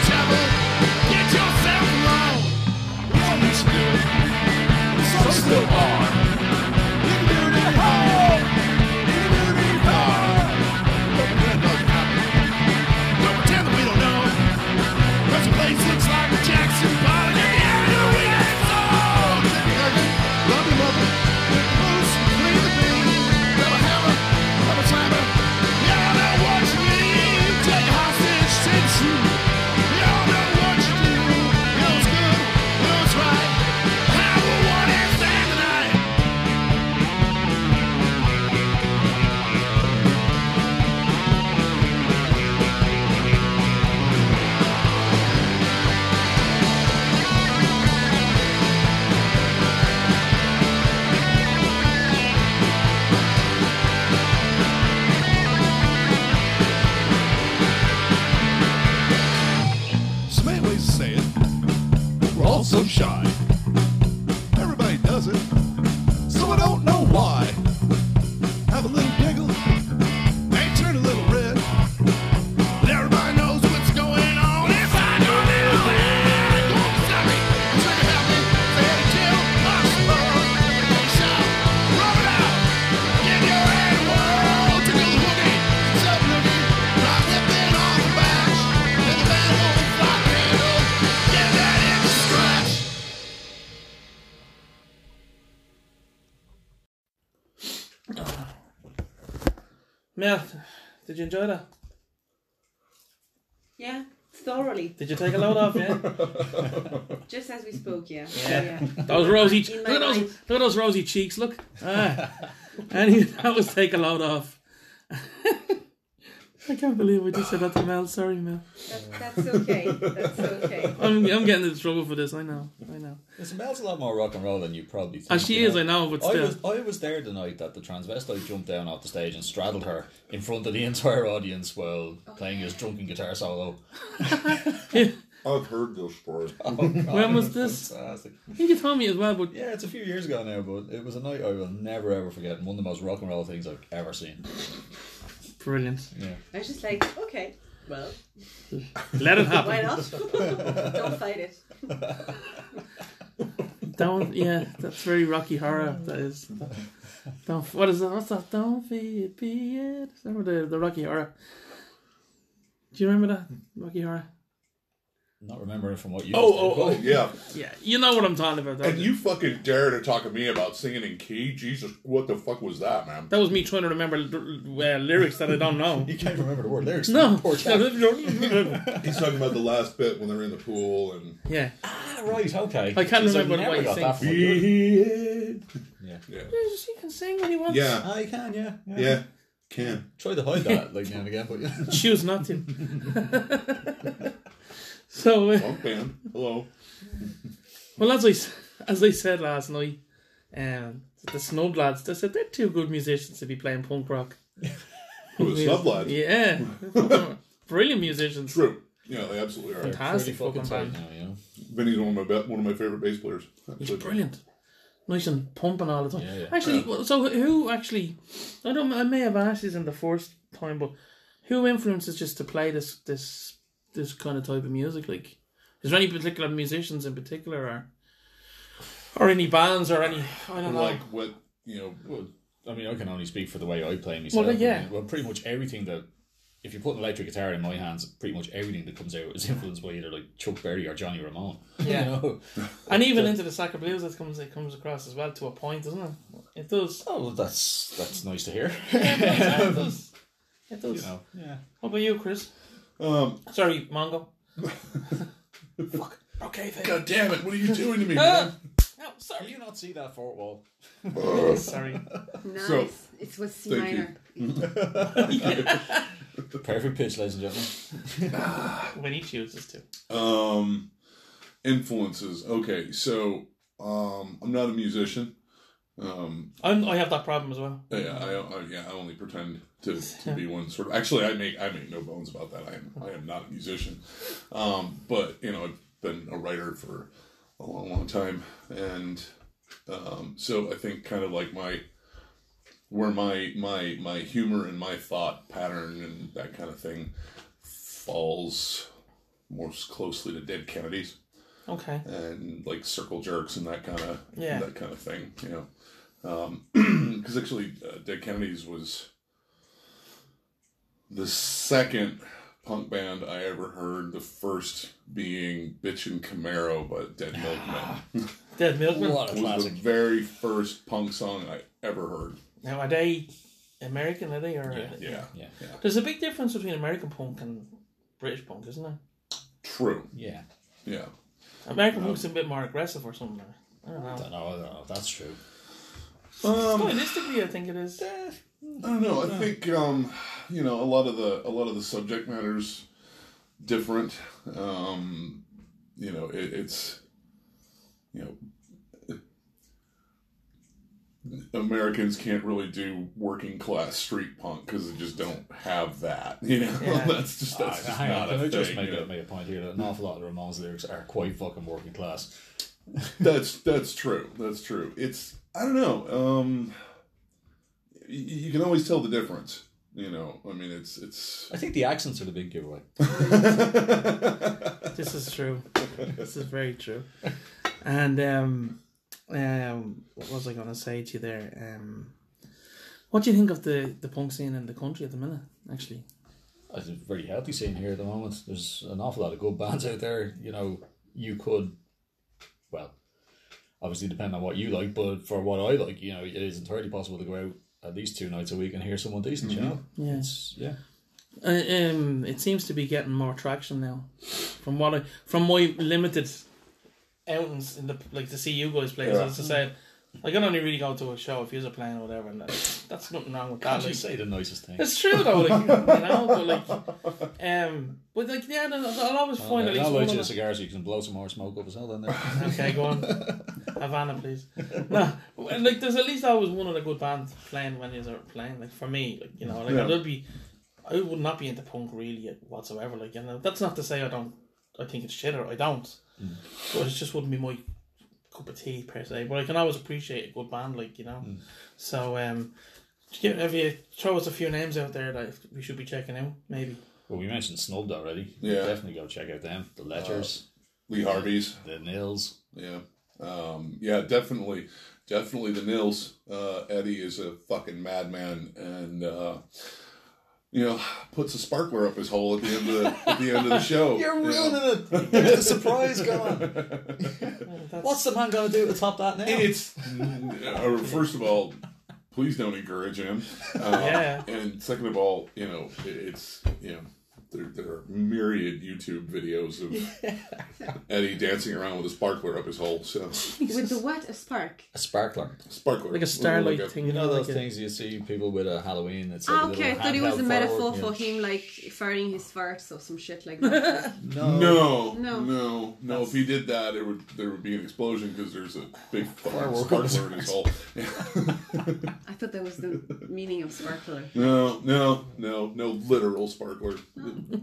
Get yourself alone. It's so still on. Community hall. Community bar. Don't pretend nothing happened. Don't pretend that we don't know. 'Cause the place looks like a Jackson Pollock and the avenue we had sold. Think you're hugging, love your mother, lick the boots, bleed the bean. Grab a hammer, grab a slammer. You don't know what you mean. Take a hostage, since you. You don't know what you do. Who's good, who's right? How will one end stand tonight? So many ways to say it. We're all so shy. Everybody does it, so I don't know why. Have a little giggle, they turn a little red. And everybody knows what's going on inside your little head. Go on, stop me, say it about me, say it until I'm smart. They shout, rub it out, give your head a whirl. Tickle the hooky, sub looking, rock that bit off the back. Let the bad old clock handle, get that extra scratch. Mel, did you enjoy that? Yeah, thoroughly. Did you take a load off, yeah? Just as we spoke, yeah. Yeah. yeah. Those rosy, In look my at those, mind. look at those rosy cheeks. Look, ah, and he, that was take a load off. [LAUGHS] I can't believe I just said that to Mel. Sorry, Mel. That, that's okay. That's okay. I'm, I'm getting into trouble for this. I know. I know. Listen, Mel's a lot more rock and roll than you probably think. And she you is. I know, but I still. was, I was there the night that the transvestite jumped down off the stage and straddled her in front of the entire audience while playing his drunken guitar solo. I've heard this story. When was this? Oh, Fantastic. I think you told me as well, but Yeah, it's a few years ago now, but it was a night I will never ever forget and one of the most rock and roll things I've ever seen. brilliant. Yeah. I was just like, okay, well, Let it happen. why not? [LAUGHS] Don't fight it. Don't yeah, that's very Rocky Horror. That is. Don't what is that? What's that? Don't be it, be it. Remember the the Rocky Horror. Do you remember that Rocky Horror? Not remembering from what you Oh, just oh, oh, did, yeah. Yeah, you know what I'm talking about. Don't And you? you fucking dare to talk to me about singing in key? Jesus, what the fuck was that, man? That was me trying to remember l- uh, lyrics that I don't [LAUGHS] know. but You can't remember the word lyrics. No. Poor chap. He's talking about the last bit when they're in the pool and. [LAUGHS] yeah. Ah, right, okay. I can't Jeez, remember never what he got that sings. from you. Yeah. Yeah. Yeah. She can sing when he wants. Yeah. Ah, you can, yeah. Yeah. Yeah. Can. Try to hide that like now and again, [LAUGHS] but yeah. Choose not to. [LAUGHS] so. Uh, Punk band. Hello. Well, as I, s- as I said last night, um, the Snub Lads, they said they're two good musicians to be playing punk rock. Who is Snub Lad? [LAUGHS] Yeah. Brilliant musicians. True. Yeah, they absolutely are. Fantastic Pretty fucking band. tight now, you know. Vinny's one of my be- one of my favorite bass players. It's brilliant. Nice and pumping all the time. Yeah, yeah. Actually, well, so who actually, I don't, I may have asked this in the first time, but who influences just to play this, this, this kind of type of music? Like, is there any particular musicians in particular or, or any bands or any, I don't know. Like what you know. Well, I mean, I can only speak for the way I play myself. Well, yeah. I mean, well, pretty much everything that, if you put an electric guitar in my hands, pretty much everything that comes out is [LAUGHS] influenced by either like Chuck Berry or Johnny Ramone. [LAUGHS] Yeah. You know? And even into the sack of blues, that comes it comes across as well to a point, doesn't it? It does. Oh, well, that's that's nice to [LAUGHS] hear. It does. It does. you know. Yeah. What about you, Chris? Um. Sorry, Mongo. Fuck. Okay, then. God damn it! What are you doing to me, man? [LAUGHS] Ah! No, Do sorry. you not see that fort wall? [LAUGHS] Sorry. Nice. So, it was C thank you. minor. Perfect pitch, ladies and gentlemen. When he chooses to. Um. Influences. Okay, so um, I'm not a musician. Um. I'm, I have that problem as well. Yeah. I, I yeah. I only pretend to, to be one sort of. Actually, I make I make no bones about that. I am I am not a musician. Um. But you know, I've been a writer for a long, long time, and um. So I think kind of like my where my my my humor and my thought pattern and that kind of thing falls most closely to Dead Kennedys Okay. and like circle jerks and that kind of Yeah. that kind of thing, you know. [CLEARS THROAT] Because actually, uh, Dead Kennedys was the second punk band I ever heard. The first being Bitchin' Camaro by Dead Milkmen Dead Milkman. What a was the Ah, classic. very first punk song I ever heard. Now, are they American, are they? Or Yeah. Yeah, Yeah. There's a big difference between American punk and British punk, isn't there? true. Yeah. Yeah, American punk's a bit more aggressive or something. I don't I know. don't know. I don't know. if That's true. Um, Stylistically, I think it is. I don't know. I think um, you know a lot of the a lot of the subject matters different. Um, you know, it, it's you know. Americans can't really do working class street punk because they just don't have that. You know, Yeah. [LAUGHS] that's just that's Ah, just hang on. not a Can I thing. just make you know? a, make a point here that an awful lot of Ramone's lyrics are quite fucking working class. That's that's true. That's true. It's I don't know. Um, y- you can always tell the difference. You know, I mean, it's it's I think the accents are the big giveaway. This is true. this is very true. And um, um, what was I going to say to you there? Um, what do you think of the the punk scene in the country at the minute? Actually, It's a very healthy scene here at the moment. There's an awful lot of good bands out there. You know, you could, well, obviously depend on what you like, but for what I like, you know, it is entirely possible to go out at least two nights a week and hear someone decent. You know, Yeah. It's- yeah. uh, um, it seems to be getting more traction now. From what I from my limited outings in the like to see you guys play, as I said, Like I'd only really go to a show if he was a plane or whatever, and that's, that's nothing wrong with that. Actually, like. say the nicest thing. It's true though, like you know, but [LAUGHS] like, um, but like yeah, no, no, I'll always I'll find at least one. light you a of the- cigar so you can blow some more smoke up as hell [LAUGHS] down there. Okay, go on, Havana, please. No, and, like there's at least always one of the good bands playing when you're playing. Like for me, like you know, like Yeah. I'd be, I would not be into punk really whatsoever. Like you know, that's not to say I don't, I think it's shit or I don't, Mm. but it just wouldn't be my cup of tea per se. But I can always appreciate a good band, like you Mm. know. So um, give- if you throw us a few names out there that we should be checking out, maybe. Well, we mentioned Snubbed already. Yeah. Definitely go check out them. The Ledgers, Lee Harvey's. the Nils. Yeah. Um, yeah, definitely. Definitely the Nils. Uh, Eddie is a fucking madman and, uh, you know, puts a sparkler up his hole at the end of the, at the, end of the [LAUGHS] show. you know. it. There's the surprise [LAUGHS] going. That's, What's the man going to do to top that now? It's, uh, first of all, please don't encourage him. Uh, Yeah. And second of all, you know, it- it's, you know, there, there are myriad YouTube videos of [LAUGHS] Eddie dancing around with a sparkler up his hole. So, [LAUGHS] With the what? A spark. a sparkler. sparkler. like a starlight Like a- thing, You know those like a- things you see people with at Halloween? It's like Ah, a okay, I little thought it was a handheld metaphor firework, you for know. him, like firing his farts or some shit like [LAUGHS] that. No, No. no, no, If he did that, it would there would be an explosion because there's a big fucking Firework on his sparkler in his hole. I thought that was the meaning of sparkler. No, no, no, no literal sparkler,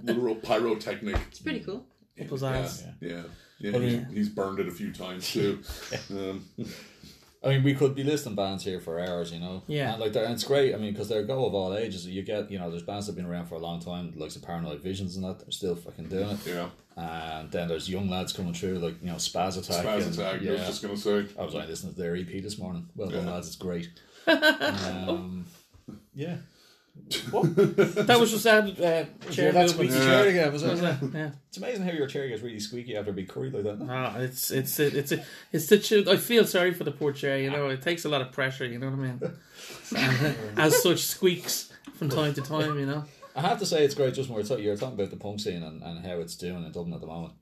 literal pyrotechnic. It's pretty cool. Up his Yeah, arse. yeah, yeah. He's, he's burned it a few times [LAUGHS] too. Um, I mean, we could be listing bands here for hours, you know. Yeah. and like that, and it's great. I mean, because they're go of all ages. You get, you know, there's bands that've been around for a long time, like some Paranoid Visions and that. They're still fucking doing it. yeah, And then there's young lads coming through, like you know, Spaz Attack. spaz and- attack. I was Yeah, just gonna say. I was like listening to their EP this morning. Well done, Yeah. lads. It's [LAUGHS] great. Um, yeah. [LAUGHS] That was just that uh, chair. movement. Yeah. again, was Was it? that- Yeah. It's amazing how your chair gets really squeaky after a big curry like that. Ah, it's it's it, it's it's such a, I feel sorry for the poor chair. You know, it takes a lot of pressure. You know what I mean? [LAUGHS] And, as such, squeaks from time to time. You know, I have to say it's great just when we're talking, you're talking about the punk scene and, and how it's doing in Dublin at the moment.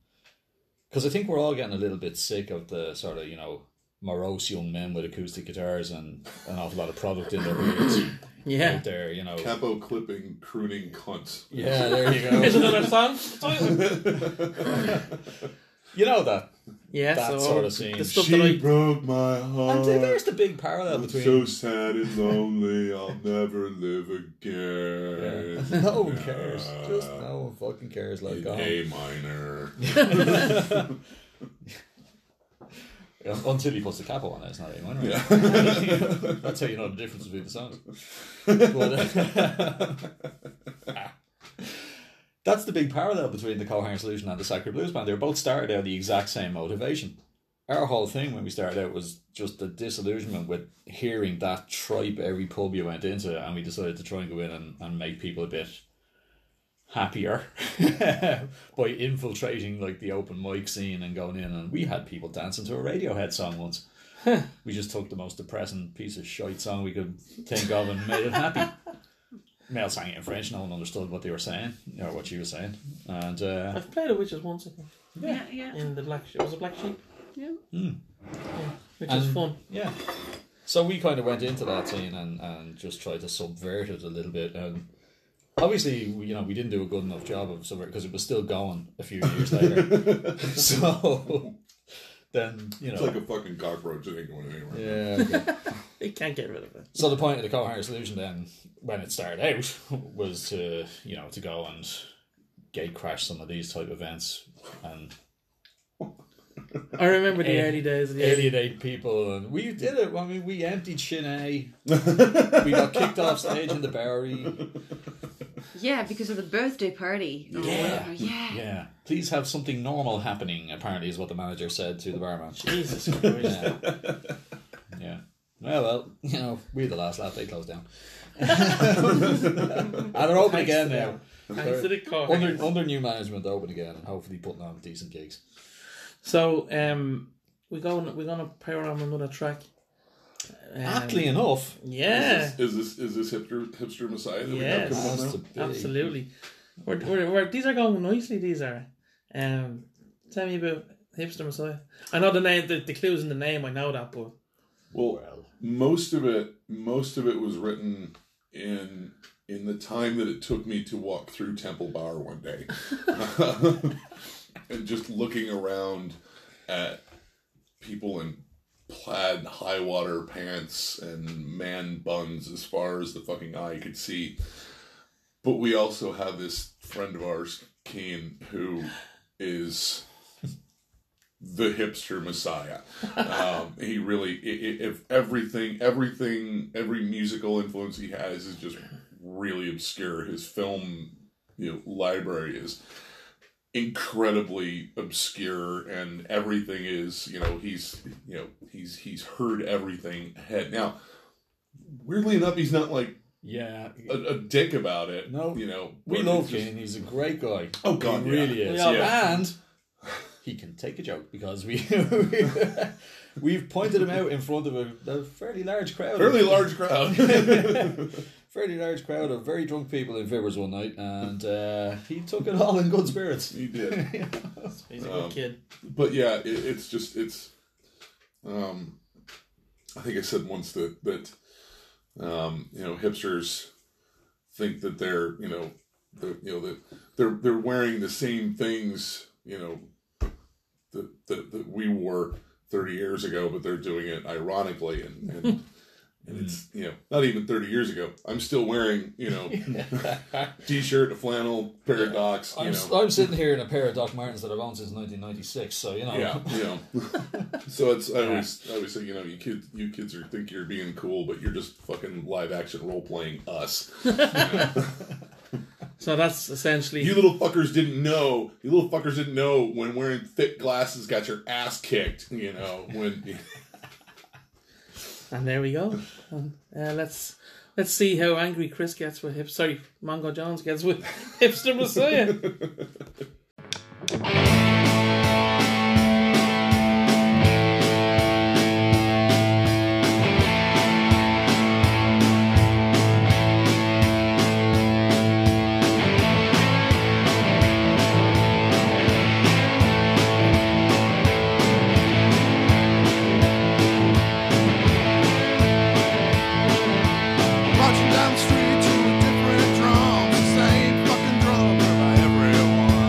Because I think we're all getting a little bit sick of the sort of, you know, morose young men with acoustic guitars and an awful lot of product in their [COUGHS] ears yeah. out there, you know. Capo clipping crooning cunt. Yeah, there you Here's go. another song. [LAUGHS] you know that. Yeah, That so sort of scene. the stuff that She I broke my heart. And there's the big parallel I'm between. Uh, so sad and lonely. I'll never live again. [LAUGHS] no one cares. Just no one fucking cares. [LAUGHS] Like, In go home. A minor. Until he puts the cap on it, it's not anyone, right? [LAUGHS] That's how you know the difference between the songs. But- that's the big parallel between the Coherent Solution and the Sacred Blues Band. They were both started out the exact same motivation. Our whole thing when we started out was just the disillusionment with hearing that tripe every pub you went into, and we decided to try and go in and, and make people a bit happier [LAUGHS] by infiltrating like the open mic scene and going in and we had people dancing to a Radiohead song once. we just took the most depressing piece of shite song we could think of and made it happy. Mel sang it in French, no one understood what they were saying or what she was saying. And uh, I've played a witches once I think, Yeah, yeah, in the black sheep. Was it black sheep? yeah. Which is And- fun. yeah. So we kind of went into that scene and, and just tried to subvert it a little bit. And obviously, we- you know, we didn't do a good enough job of subvert because it was still going a few years [LAUGHS] later. so then, you know. It's like a fucking cockroach. It ain't going anywhere. yeah, okay. You can't get rid of it. So the point of the coherent solution then, when it started out, was to you know to go and gate crash some of these type events and I remember the Eh, early days. Of the early, alienate people, and we did it. I mean, we emptied [LAUGHS] Shin A. we got kicked off stage in the Bowery. Yeah, because of the birthday party. or whatever. yeah. Yeah, please have something normal happening. Apparently, is what the manager said to the barman. [LAUGHS] Jesus Christ. Yeah. Well, well, you know, we're the last laugh. They [LAUGHS] closed down, and they're open again now. Thanks to the cock. Under under new management, they're open again, and hopefully putting on decent gigs. So um, we go. We're gonna pair on another track. Um, Aptly enough, yeah. Is this is this hipster hipster messiah? That Yes. We have that's coming the up big- Absolutely. We're, we're, we're, these are going nicely, these are. Um, tell me about Hipster Messiah. I know the name, the, the clue's in the name, I know that, but Well, most of it, most of it was written in in the time that it took me to walk through Temple Bar one day, [LAUGHS] and just looking around at people in plaid high water pants and man buns as far as the fucking eye could see. But we also have this friend of ours, Keen, who is the hipster messiah. Um, [LAUGHS] he really, i- i- if everything, everything, every musical influence he has is just really obscure. His film, you know, library is incredibly obscure, and everything is, you know, he's, you know, he's he's heard everything ahead. Now, weirdly enough, he's not like Yeah. a, a dick about it. No. you know, We but love it's just- Kane. He's a great guy. Oh, God, He yeah. really is. Yeah. And [LAUGHS] he can take a joke because we [LAUGHS] we've pointed him out in front of a, a fairly large crowd. fairly large crowd. fairly large crowd of very drunk people in Fibbers one night, and uh, he took it all in good [LAUGHS] spirits. he did. He's a good kid. but yeah, it, it's just it's. Um, I think I said once that that um, you know hipsters think that they're you know the you know that they're they're wearing the same things you know that that, that we wore thirty years ago, but they're doing it ironically and. and And it's you know not even thirty years ago. I'm still wearing you know [LAUGHS] t-shirt, a flannel, paradox. I'm, you know. s am sitting here in a pair of Doc Martens that I've owned since 1996, so you know. Yeah, yeah. [LAUGHS] so it's I always I always say you know you kids you kids are think you're being cool, but you're just fucking live action role playing [LAUGHS] us. So that's essentially You little fuckers didn't know. You little fuckers didn't know when wearing thick glasses got your ass kicked. You know [LAUGHS] when. And there we go. And, uh, let's let's see how angry Chris gets with hip. Sorry, Mongo Jones gets with [LAUGHS] hipster Messiah. Marching down the street to a different drum, the same fucking drum by everyone.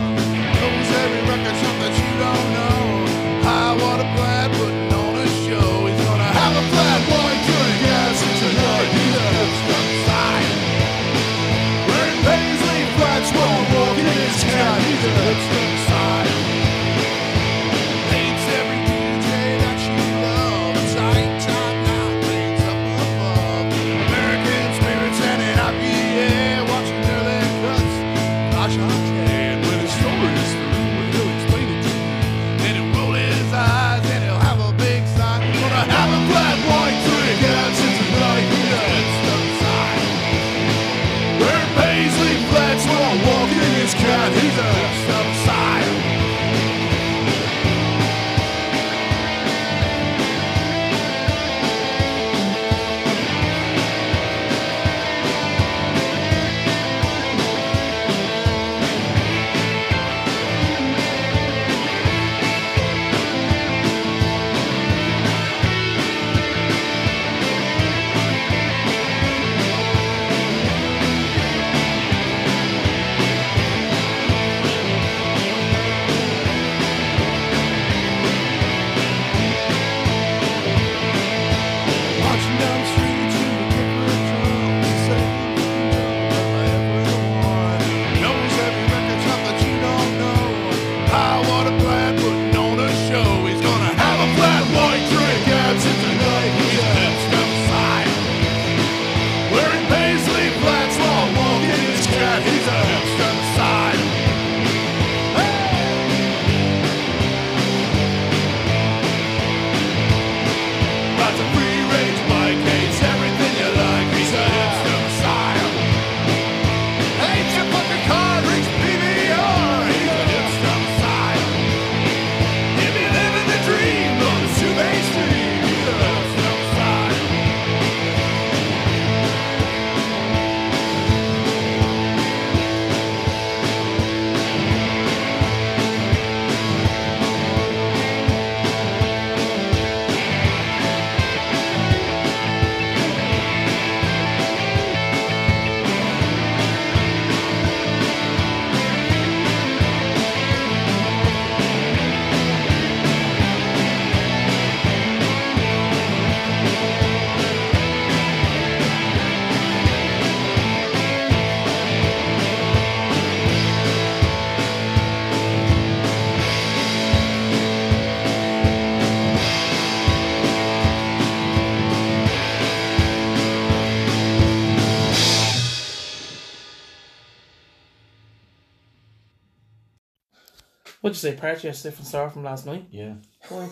What'd you say? Party is a different star from last night. Yeah. Why?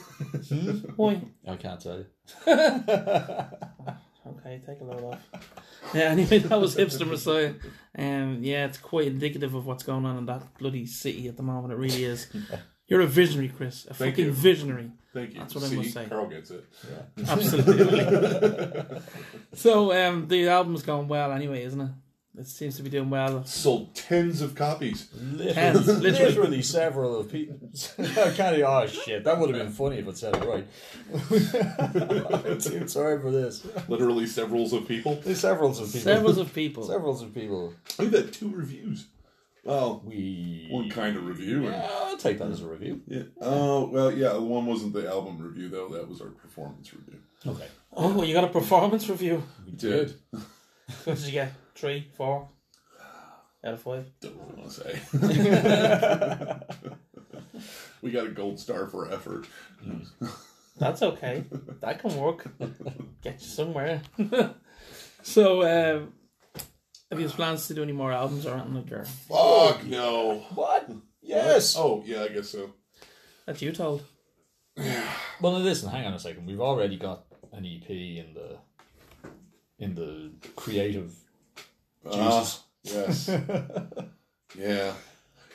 Why? I can't tell you. Okay, take a load off. [LAUGHS] Yeah, anyway, that was Hipster Messiah. Um, yeah, it's quite indicative of what's going on in that bloody city at the moment. It really [LAUGHS] is. You're a visionary, Chris. A Thank fucking you. [LAUGHS] visionary. Thank you. That's what I See, must say. Carl gets it. Absolutely. so, um, the album's going well anyway, isn't it? It seems to be doing well. Sold tens of copies. [LAUGHS] Literally, Tens, literally. literally several of people. [LAUGHS] I can't. Oh shit! That would have been funny if it said it right. [LAUGHS] I'm too sorry for this. Literally severals of people. There's severals of people. Several of people. Severals of people. We've had two reviews. Well, We. one kind of review. and- Yeah, I'll take that as a review. yeah. Oh well, yeah. The one wasn't the album review though. That was our performance review. Okay. Oh, you got a performance review. We did. What did you get? Three, four out of five. Don't want to say. [LAUGHS] we got a gold star for effort. That's okay. That can [LAUGHS] work. Get you somewhere. [LAUGHS] so, um, have you plans to do any more albums or anything like that? Fuck no. What? Yes. Oh yeah, I guess so. That you told. Well, now listen. Hang on a second. We've already got an EP in the in the creative. Ah, yes. yeah.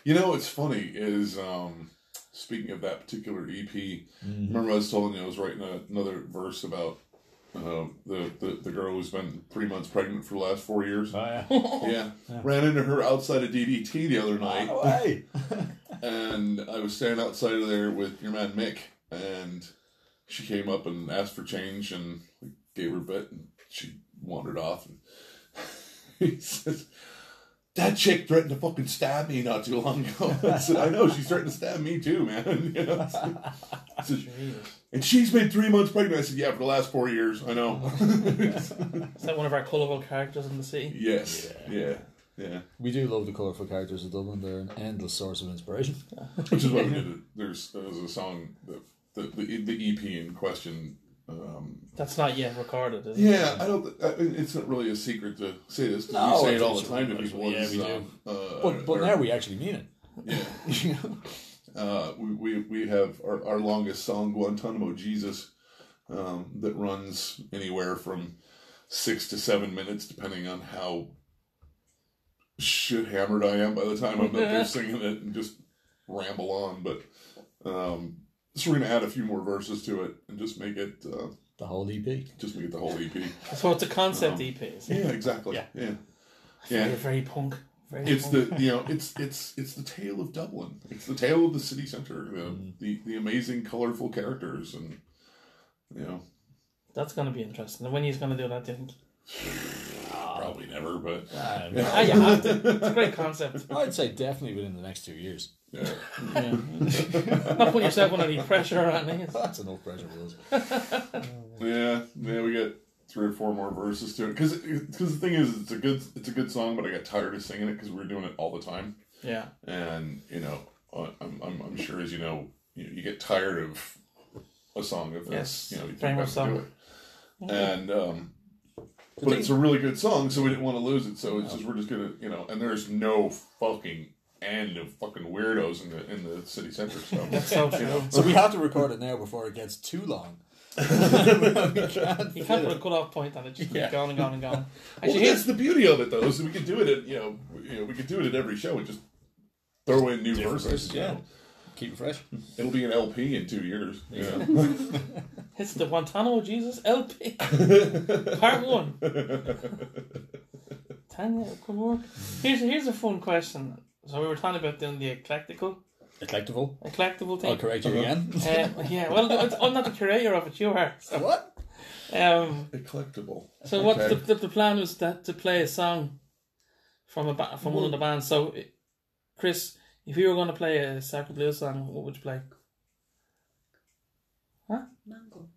You know what's funny is um speaking of that particular EP, remember I was telling you I was writing a, another verse about uh, the, the the girl who's been three months pregnant for the last four years. yeah. ran into her outside of DDT the other night, [LAUGHS] No way. and I was standing outside of there with your man Mick, and she came up and asked for change, and we gave her a bit, and she wandered off. And [LAUGHS] he says, "That chick threatened to fucking stab me not too long ago." [LAUGHS] I said, "I know she's threatened to stab me too, man." [LAUGHS] You know, so- I said, and she's been three months pregnant. I said, "Yeah, for the last four years, I know." [LAUGHS] Is that one of our colourful characters in the city? yes, yeah, yeah. [LAUGHS] We do love the colourful characters of Dublin. They're an endless source of inspiration. Which is why we did it. There's there's a song that the, E, the the EP in question. Um, That's not yet recorded, is it? yeah, I don't. I mean, it's not really a secret to say this. 'cause No, we say it's- it all the it's- time to people. yeah, is, we do. um, uh, But but our- now we actually mean it. yeah. [LAUGHS] uh, we, we we have our, our longest song, Guantanamo Jesus, um, that runs anywhere from six to seven minutes, depending on how shit hammered I am by the time I'm up [LAUGHS] there singing it and just ramble on. But um, so we're gonna add a few more verses to it and just make it uh, The whole E EP. just make it the whole E EP. So it's a concept EP, is it? Yeah, exactly. Yeah. yeah. You're yeah. very punk. Very It's punk. the you know it's it's it's the tale of Dublin. It's the tale of the city center. You know, the the amazing, colorful characters, and you know That's going to be interesting. And when he's going to do that, do you think? probably never, but [LAUGHS] Uh, Ah, you have to. It's a great concept. I'd say definitely within the next two years. yeah. Not putting yourself under any pressure or anything. That's enough pressure for us. yeah, yeah. We got three or four more verses to it because because the thing is, it's a good it's a good song, but I got tired of singing it because we were doing it all the time, Yeah. and you know I- I'm I'm, I'm sure as you know you, you get tired of a song of this. Yes, you know, you very think much back to so. it. and um, but it's a really good song, so we didn't want to lose it. So it's just we're just gonna you know, and there's no fucking end of fucking weirdos in the in the city center. So [LAUGHS] So [LAUGHS] true. So we have to record it now before it gets too long. You can't put a cut-off point on it. Just Yeah. keep going and going and going. well, Actually, that's here's, the beauty of it though, is we could do it at you know we- you know we could do it at every show and just throw in new verses. verses, you yeah. know. Keep it fresh. it'll be an LP in two years. Yeah. [LAUGHS] it's the Guantanamo Jesus [LAUGHS] LP. Part one. Tanya, it could work. Here's, here's a fun question. So we were talking about doing the eclectical, Collectible. eclectical I'll Oh, thing. correct you again. [LAUGHS] Uh, yeah, well, it's- I'm not the curator of it, you are. So, What? um, A collectible. so what's Okay. the, the, the plan was that to play a song from a ba- from one of the bands. So, i- Chris, if you were going to play a Sacred Blues song, what would you play? Mango.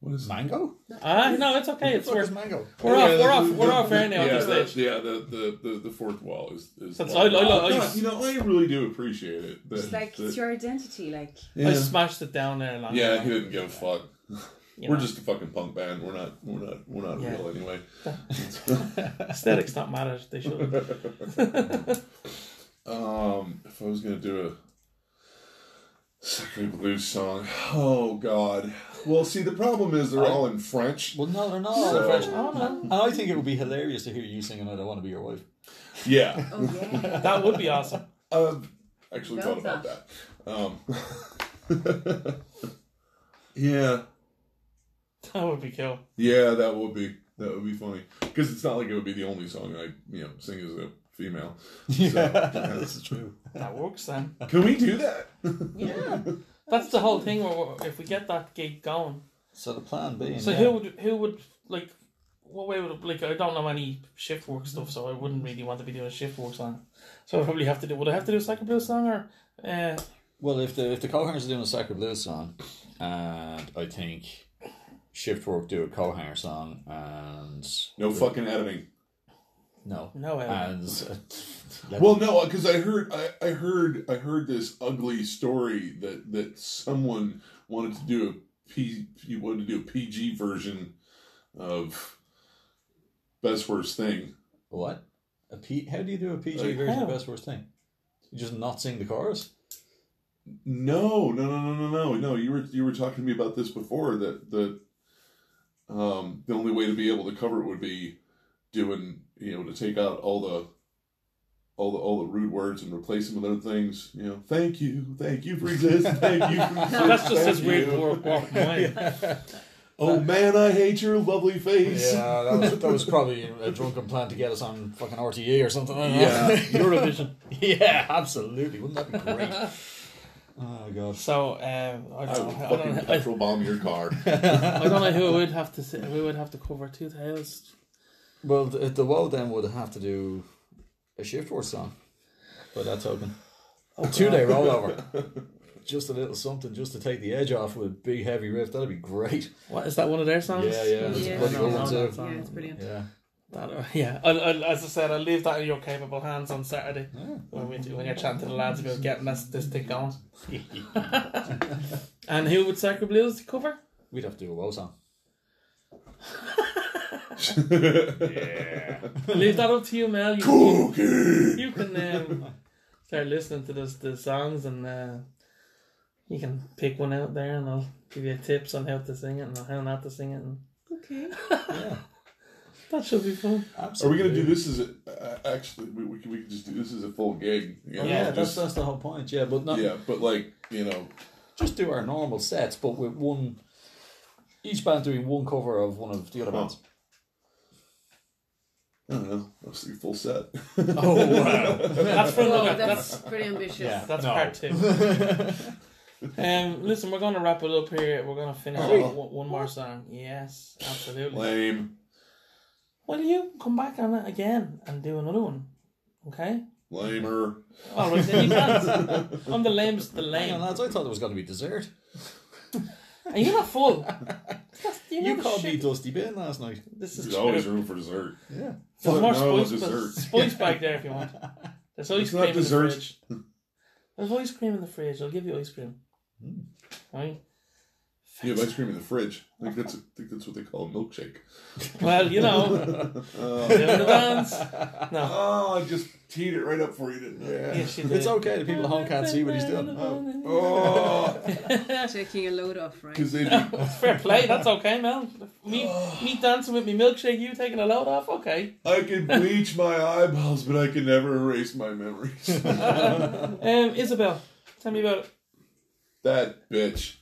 What is Mango? Ah, no, it's okay. It's Fuck worth is mango? We're off. Yeah, We're the- off. the- We're the- off right now yeah, at the- this stage. Yeah, the, the, the, the fourth wall is. is That's- locked I- I- off. I- No, you know, I really do appreciate it. That, It's like that- it's your identity. Like I yeah. smashed it down there. Long yeah, ago. he didn't give a fuck. You We're know, just a fucking punk band. We're not. We're not. We're not Yeah. real [LAUGHS] anyway. [LAUGHS] aesthetics not matter. They should. Um, if I was gonna do Sacred blues song. Oh God. Well, see, the problem is they're all in French. Well, no, they're not all So- in French. And I think it would be hilarious to hear you singing "I Don't Want to Be Your Wife." Yeah, Oh yeah. That would be awesome. um, actually thought about that. Um, [LAUGHS] yeah, That would be cool. yeah, that would be that would be funny because it's not like it would be the only song I you know sing as a female. So, This is true. That works then. can we do that? Yeah. That's the whole thing. Where we're- if we get that gig going, So the plan being, so yeah. who would who would like what way would like I don't know any shift work stuff, so I wouldn't really want to be doing shift work song. So I probably have to do. Would I have to do a second blues song or? Uh, Well, if the if the Cohangers are doing a Sacred Blues song, and I think Shift Work do a Cohanger song, and No fucking editing. no, No, I and uh, [LAUGHS] Well, no, because I heard, I, I heard, I heard this ugly story that that someone wanted to do a P, he wanted to do a PG version of Best Worst Thing. what a P, How do you do a Oh, PG Like, version of how? Best Worst Thing? You just not sing the chorus. No, no, no, no, no, no, no. You were you were talking to me about this before that that um, the only way to be able to cover it would be doing you know to take out all the all the all the rude words and replace them with other things. You know, thank you, thank you for existing, thank you. For existing, that's just thank his weird you." work walk [LAUGHS] mind. Oh man, I hate your lovely face. that was, that was probably a drunken plan to get us on fucking RTE or something. [LAUGHS] Like Yeah. Eurovision. [LAUGHS] yeah, absolutely. Wouldn't that be [LAUGHS] great? oh god. So um, I I don't would know. I don't [LAUGHS] fucking know. I- petrol bomb your car. I don't know who would have to sit, who would have to cover two tails. Well, the, the WoW then would have to do a shift work song. But that's open. A two Uh, [LAUGHS] day rollover. just a little something just to take the edge off with a big heavy riff. That'd be great. What is that? One of their songs? Yeah, yeah, that's Yeah. I bloody don't good know one that too. song. Yeah, it's brilliant. Yeah. That, [LAUGHS] yeah, I, I, as I said, I'll leave that in your capable hands on Saturday when, we do, when you're chatting to the lads about getting this, this thing going. and who would Sacred Blues cover? We'd have to do a WoW song. Leave that up to you, Mel. You, Cookie. you can um, start listening to this, the songs and uh, you can pick one out there and I'll give you tips on how to sing it and how not to sing it. And Okay. that should be fun. Are we Absolutely. gonna do this as a uh, actually? We, we can we can just do this as a full gig. you know, Yeah, that's, just- that's the whole point. Yeah, but not yeah, but like you know, just do our normal sets, but with one. Each band doing one cover of one of the other bands. I don't know. Let's do full set. Oh [LAUGHS] wow! That's for Oh, another. that's pretty ambitious. Yeah. That's No. part two. [LAUGHS] um, listen, we're going to wrap it up here. We're going to finish with one, one more song. Yes, absolutely. Lame, Will you come back on it again and do another one? Okay. lamer. [LAUGHS] All right, then you can't. I'm the lamest, the Hang lame. on, lads. I thought there was going to be dessert. Are you not full? That's- you're You not called me shit. Dusty Bin last night. This is There's always true. room for dessert. Yeah. There's more No, spice, dessert. spice bag there if you want. There's ice It's cream not in the dessert. fridge. There's ice cream in the fridge. I'll give you ice cream. Hmm. Right. You have ice cream in the fridge. I think that's I think that's what they call a milkshake. Well, you [LAUGHS] know, doing the dance. No. Oh, I just teed it right up for you, didn't I? Yes, she did. It's okay. The people at home can't see what he's doing. Oh, Taking a load off, right? because they do- [LAUGHS] Fair play, that's okay, man. Me, me dancing with me milkshake, you taking a load off, okay. I can bleach my eyeballs, but I can never erase my memories. Um, Isabel, tell me about it. that bitch.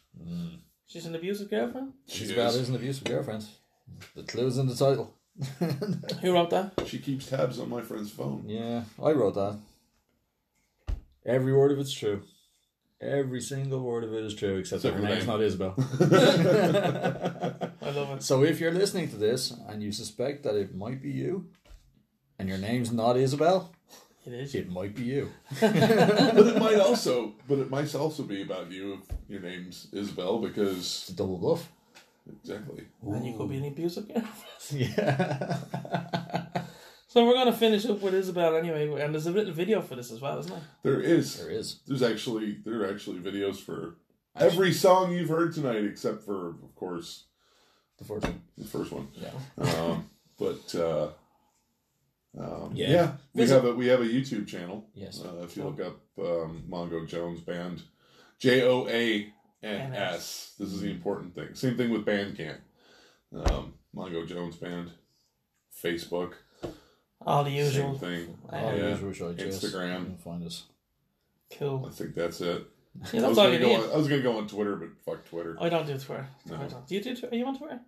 She's an abusive girlfriend. She, She's about is. is an abusive girlfriend. The clue's in the title. Who wrote that? she keeps tabs on my friend's phone. Yeah, I wrote that. Every word of it's true. Every single word of it is true, except that Except her for the name's name. not [LAUGHS] Isabel. I love it. so if you're listening to this and you suspect that it might be you, and your name's not Isabel, It is. it might be you. But it might also, but it might also be about you if your name's Isabel, because It's a double bluff. exactly. And you could be an abusive girlfriend. [LAUGHS] Yeah. So we're going to finish up with Isabel anyway, and there's a little video for this as well, isn't there? There is There is. There's actually there are actually videos for every song you've heard tonight, except for of course The first one. the first one. Yeah. Um, but uh, um, yeah, Yeah. we Visit- have a we have a YouTube channel. Yes. Uh, if you look up um, Mongo Jones Band, J O A N S. This Mm-hmm. is the important thing. Same thing with Bandcamp. Um, Mongo Jones Band, Facebook, All the usual. same thing. Yeah. Oh, yeah. usual show, Jess. Instagram. You can find us. I Cool. think that's it. Yeah, I was that's all gonna you go need. on, I was gonna go on Twitter, but fuck Twitter. I don't do Twitter. No. I don't. Do you do Twitter? Are you on [LAUGHS] Twitter?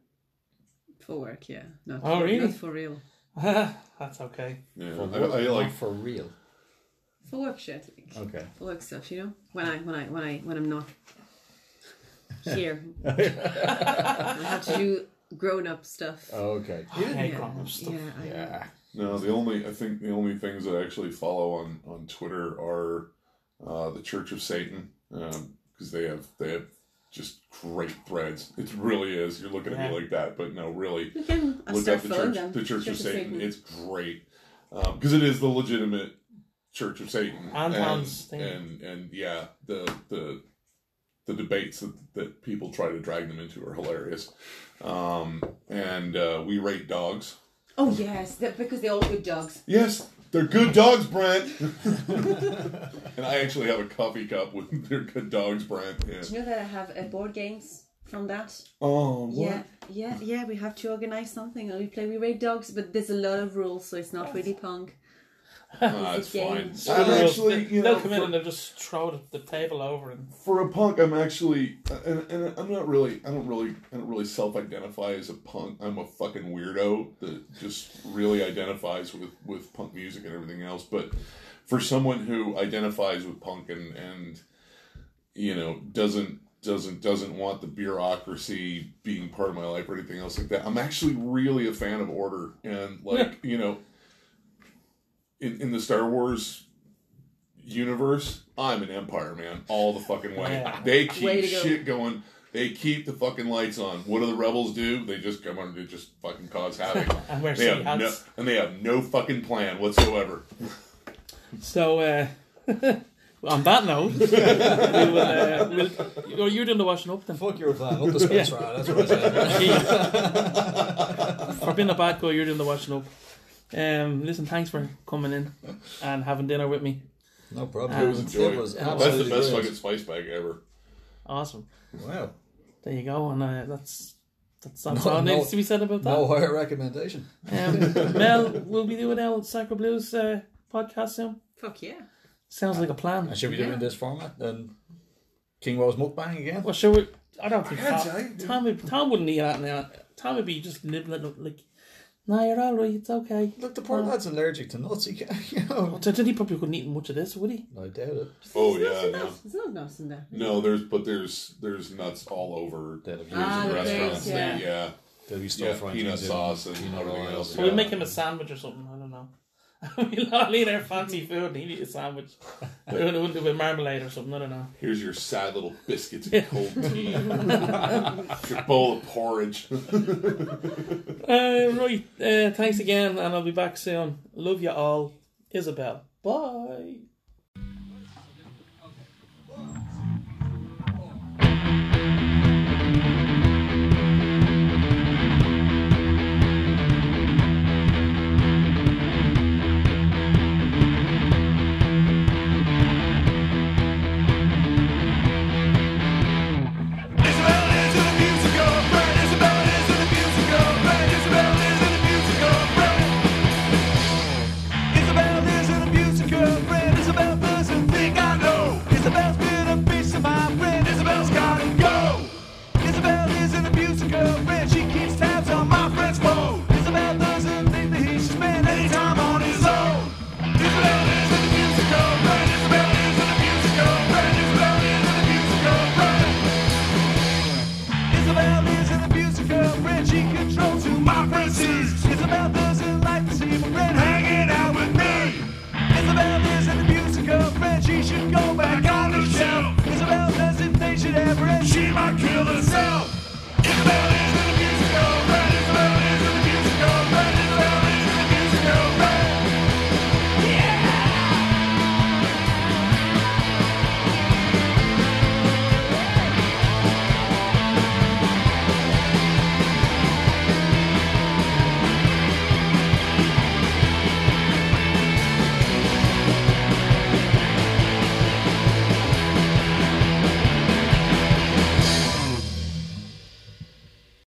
For work, yeah. Not Oh, for, really? Not for real. that's okay. Yeah, For I, real. I like Not for real. For work shit. Like, Oh. Okay. For work stuff, you know? When I when I when I when I'm [LAUGHS] not here. I have to do grown up stuff. [SIGHS] Okay. I hate yeah. Oh. grown-up stuff. Yeah, I, Yeah. No, the only I think the only things that I actually follow on on Twitter are uh, the Church of Satan because they have they have just great threads. It really is. You're looking at Yeah. me like that, but no, really. You can I'll Look start up the following church, them. the Church of Satan. It's great because it is the legitimate Church of Satan. Anton's and, thing. and and yeah, the the the debates that, that people try to drag them into are hilarious. Um, and uh, we rate dogs. Oh yes, that, because they're all good dogs. Yes, they're good dogs, Brent. [LAUGHS] and I actually have a coffee cup with "They're good dogs, Brent." Do Yeah. you know that I have uh, board games from that? Oh, what? Yeah, yeah, yeah. We have to organize something, and we play. We raid dogs, but there's a lot of rules, so it's not really punk. Ah, it's It's a game. fine. It's I'm They'll- actually, you know, they'll come in and for, they'll just throw the, the table over and for a punk, I'm actually, and, and I'm not really, I don't really, I don't really self-identify as a punk. I'm a fucking weirdo that just really identifies with with punk music and everything else. But for someone who identifies with punk and and you know doesn't doesn't doesn't want the bureaucracy being part of my life or anything else like that. I'm actually really a fan of order and like you know in in the Star Wars universe, I'm an empire man all the fucking way. Yeah. They keep Way to go. shit going. They keep the fucking lights on. What do the rebels do? They just come on and just fucking cause [LAUGHS] havoc. and wear they silly have no, hats. and they have no fucking plan whatsoever. So uh, [LAUGHS] on that note, we will, uh, we'll, you're doing the washing [LAUGHS] up then. Fuck your plan. Up the Spencer. yeah. That's what I said. for being a bad guy, you're doing the watching up. Um, listen, thanks for coming in and having dinner with me. No problem. It was a joy. It was That's the absolutely best brilliant. fucking spice bag ever. Awesome. Wow. There you go, and uh, that's that's, that's No- all no- needs to be said about No that. higher recommendation. Um, Mel, will be doing our Sacra Blues uh, podcast soon. Fuck yeah! Sounds like a plan. And should we do it in this format? Then King Rose mukbang again? Well, sure. We, I don't think can't Tom, tell you. Tom, would, Tom wouldn't eat that now. Tom would be just nibbling up like, "Nah, you're all right. It's okay." Look, the poor lad's allergic to nuts. [LAUGHS] He can't, you know. So then he probably couldn't eat much of this, would he? I doubt it. Oh There's yeah, nuts in no. that. There's not nuts in there. No, there's but there's there's nuts all over They'll be, Ah, Oh, the the restaurants. base, Yeah, yeah. yeah, they'll be stir frying peanut things in sauce and peanut everything oil. else. So we'll make him a sandwich or something. I don't know. [LAUGHS] we'll all eat our fancy food and he'll eat a [LAUGHS] sandwich. We're gonna do it with marmalade or something. I don't know. Here's your sad little biscuits [LAUGHS] and cold tea. [LAUGHS] your bowl of porridge. Uh, right. Uh, thanks again, and I'll be back soon. Love you all, Isabel. Bye.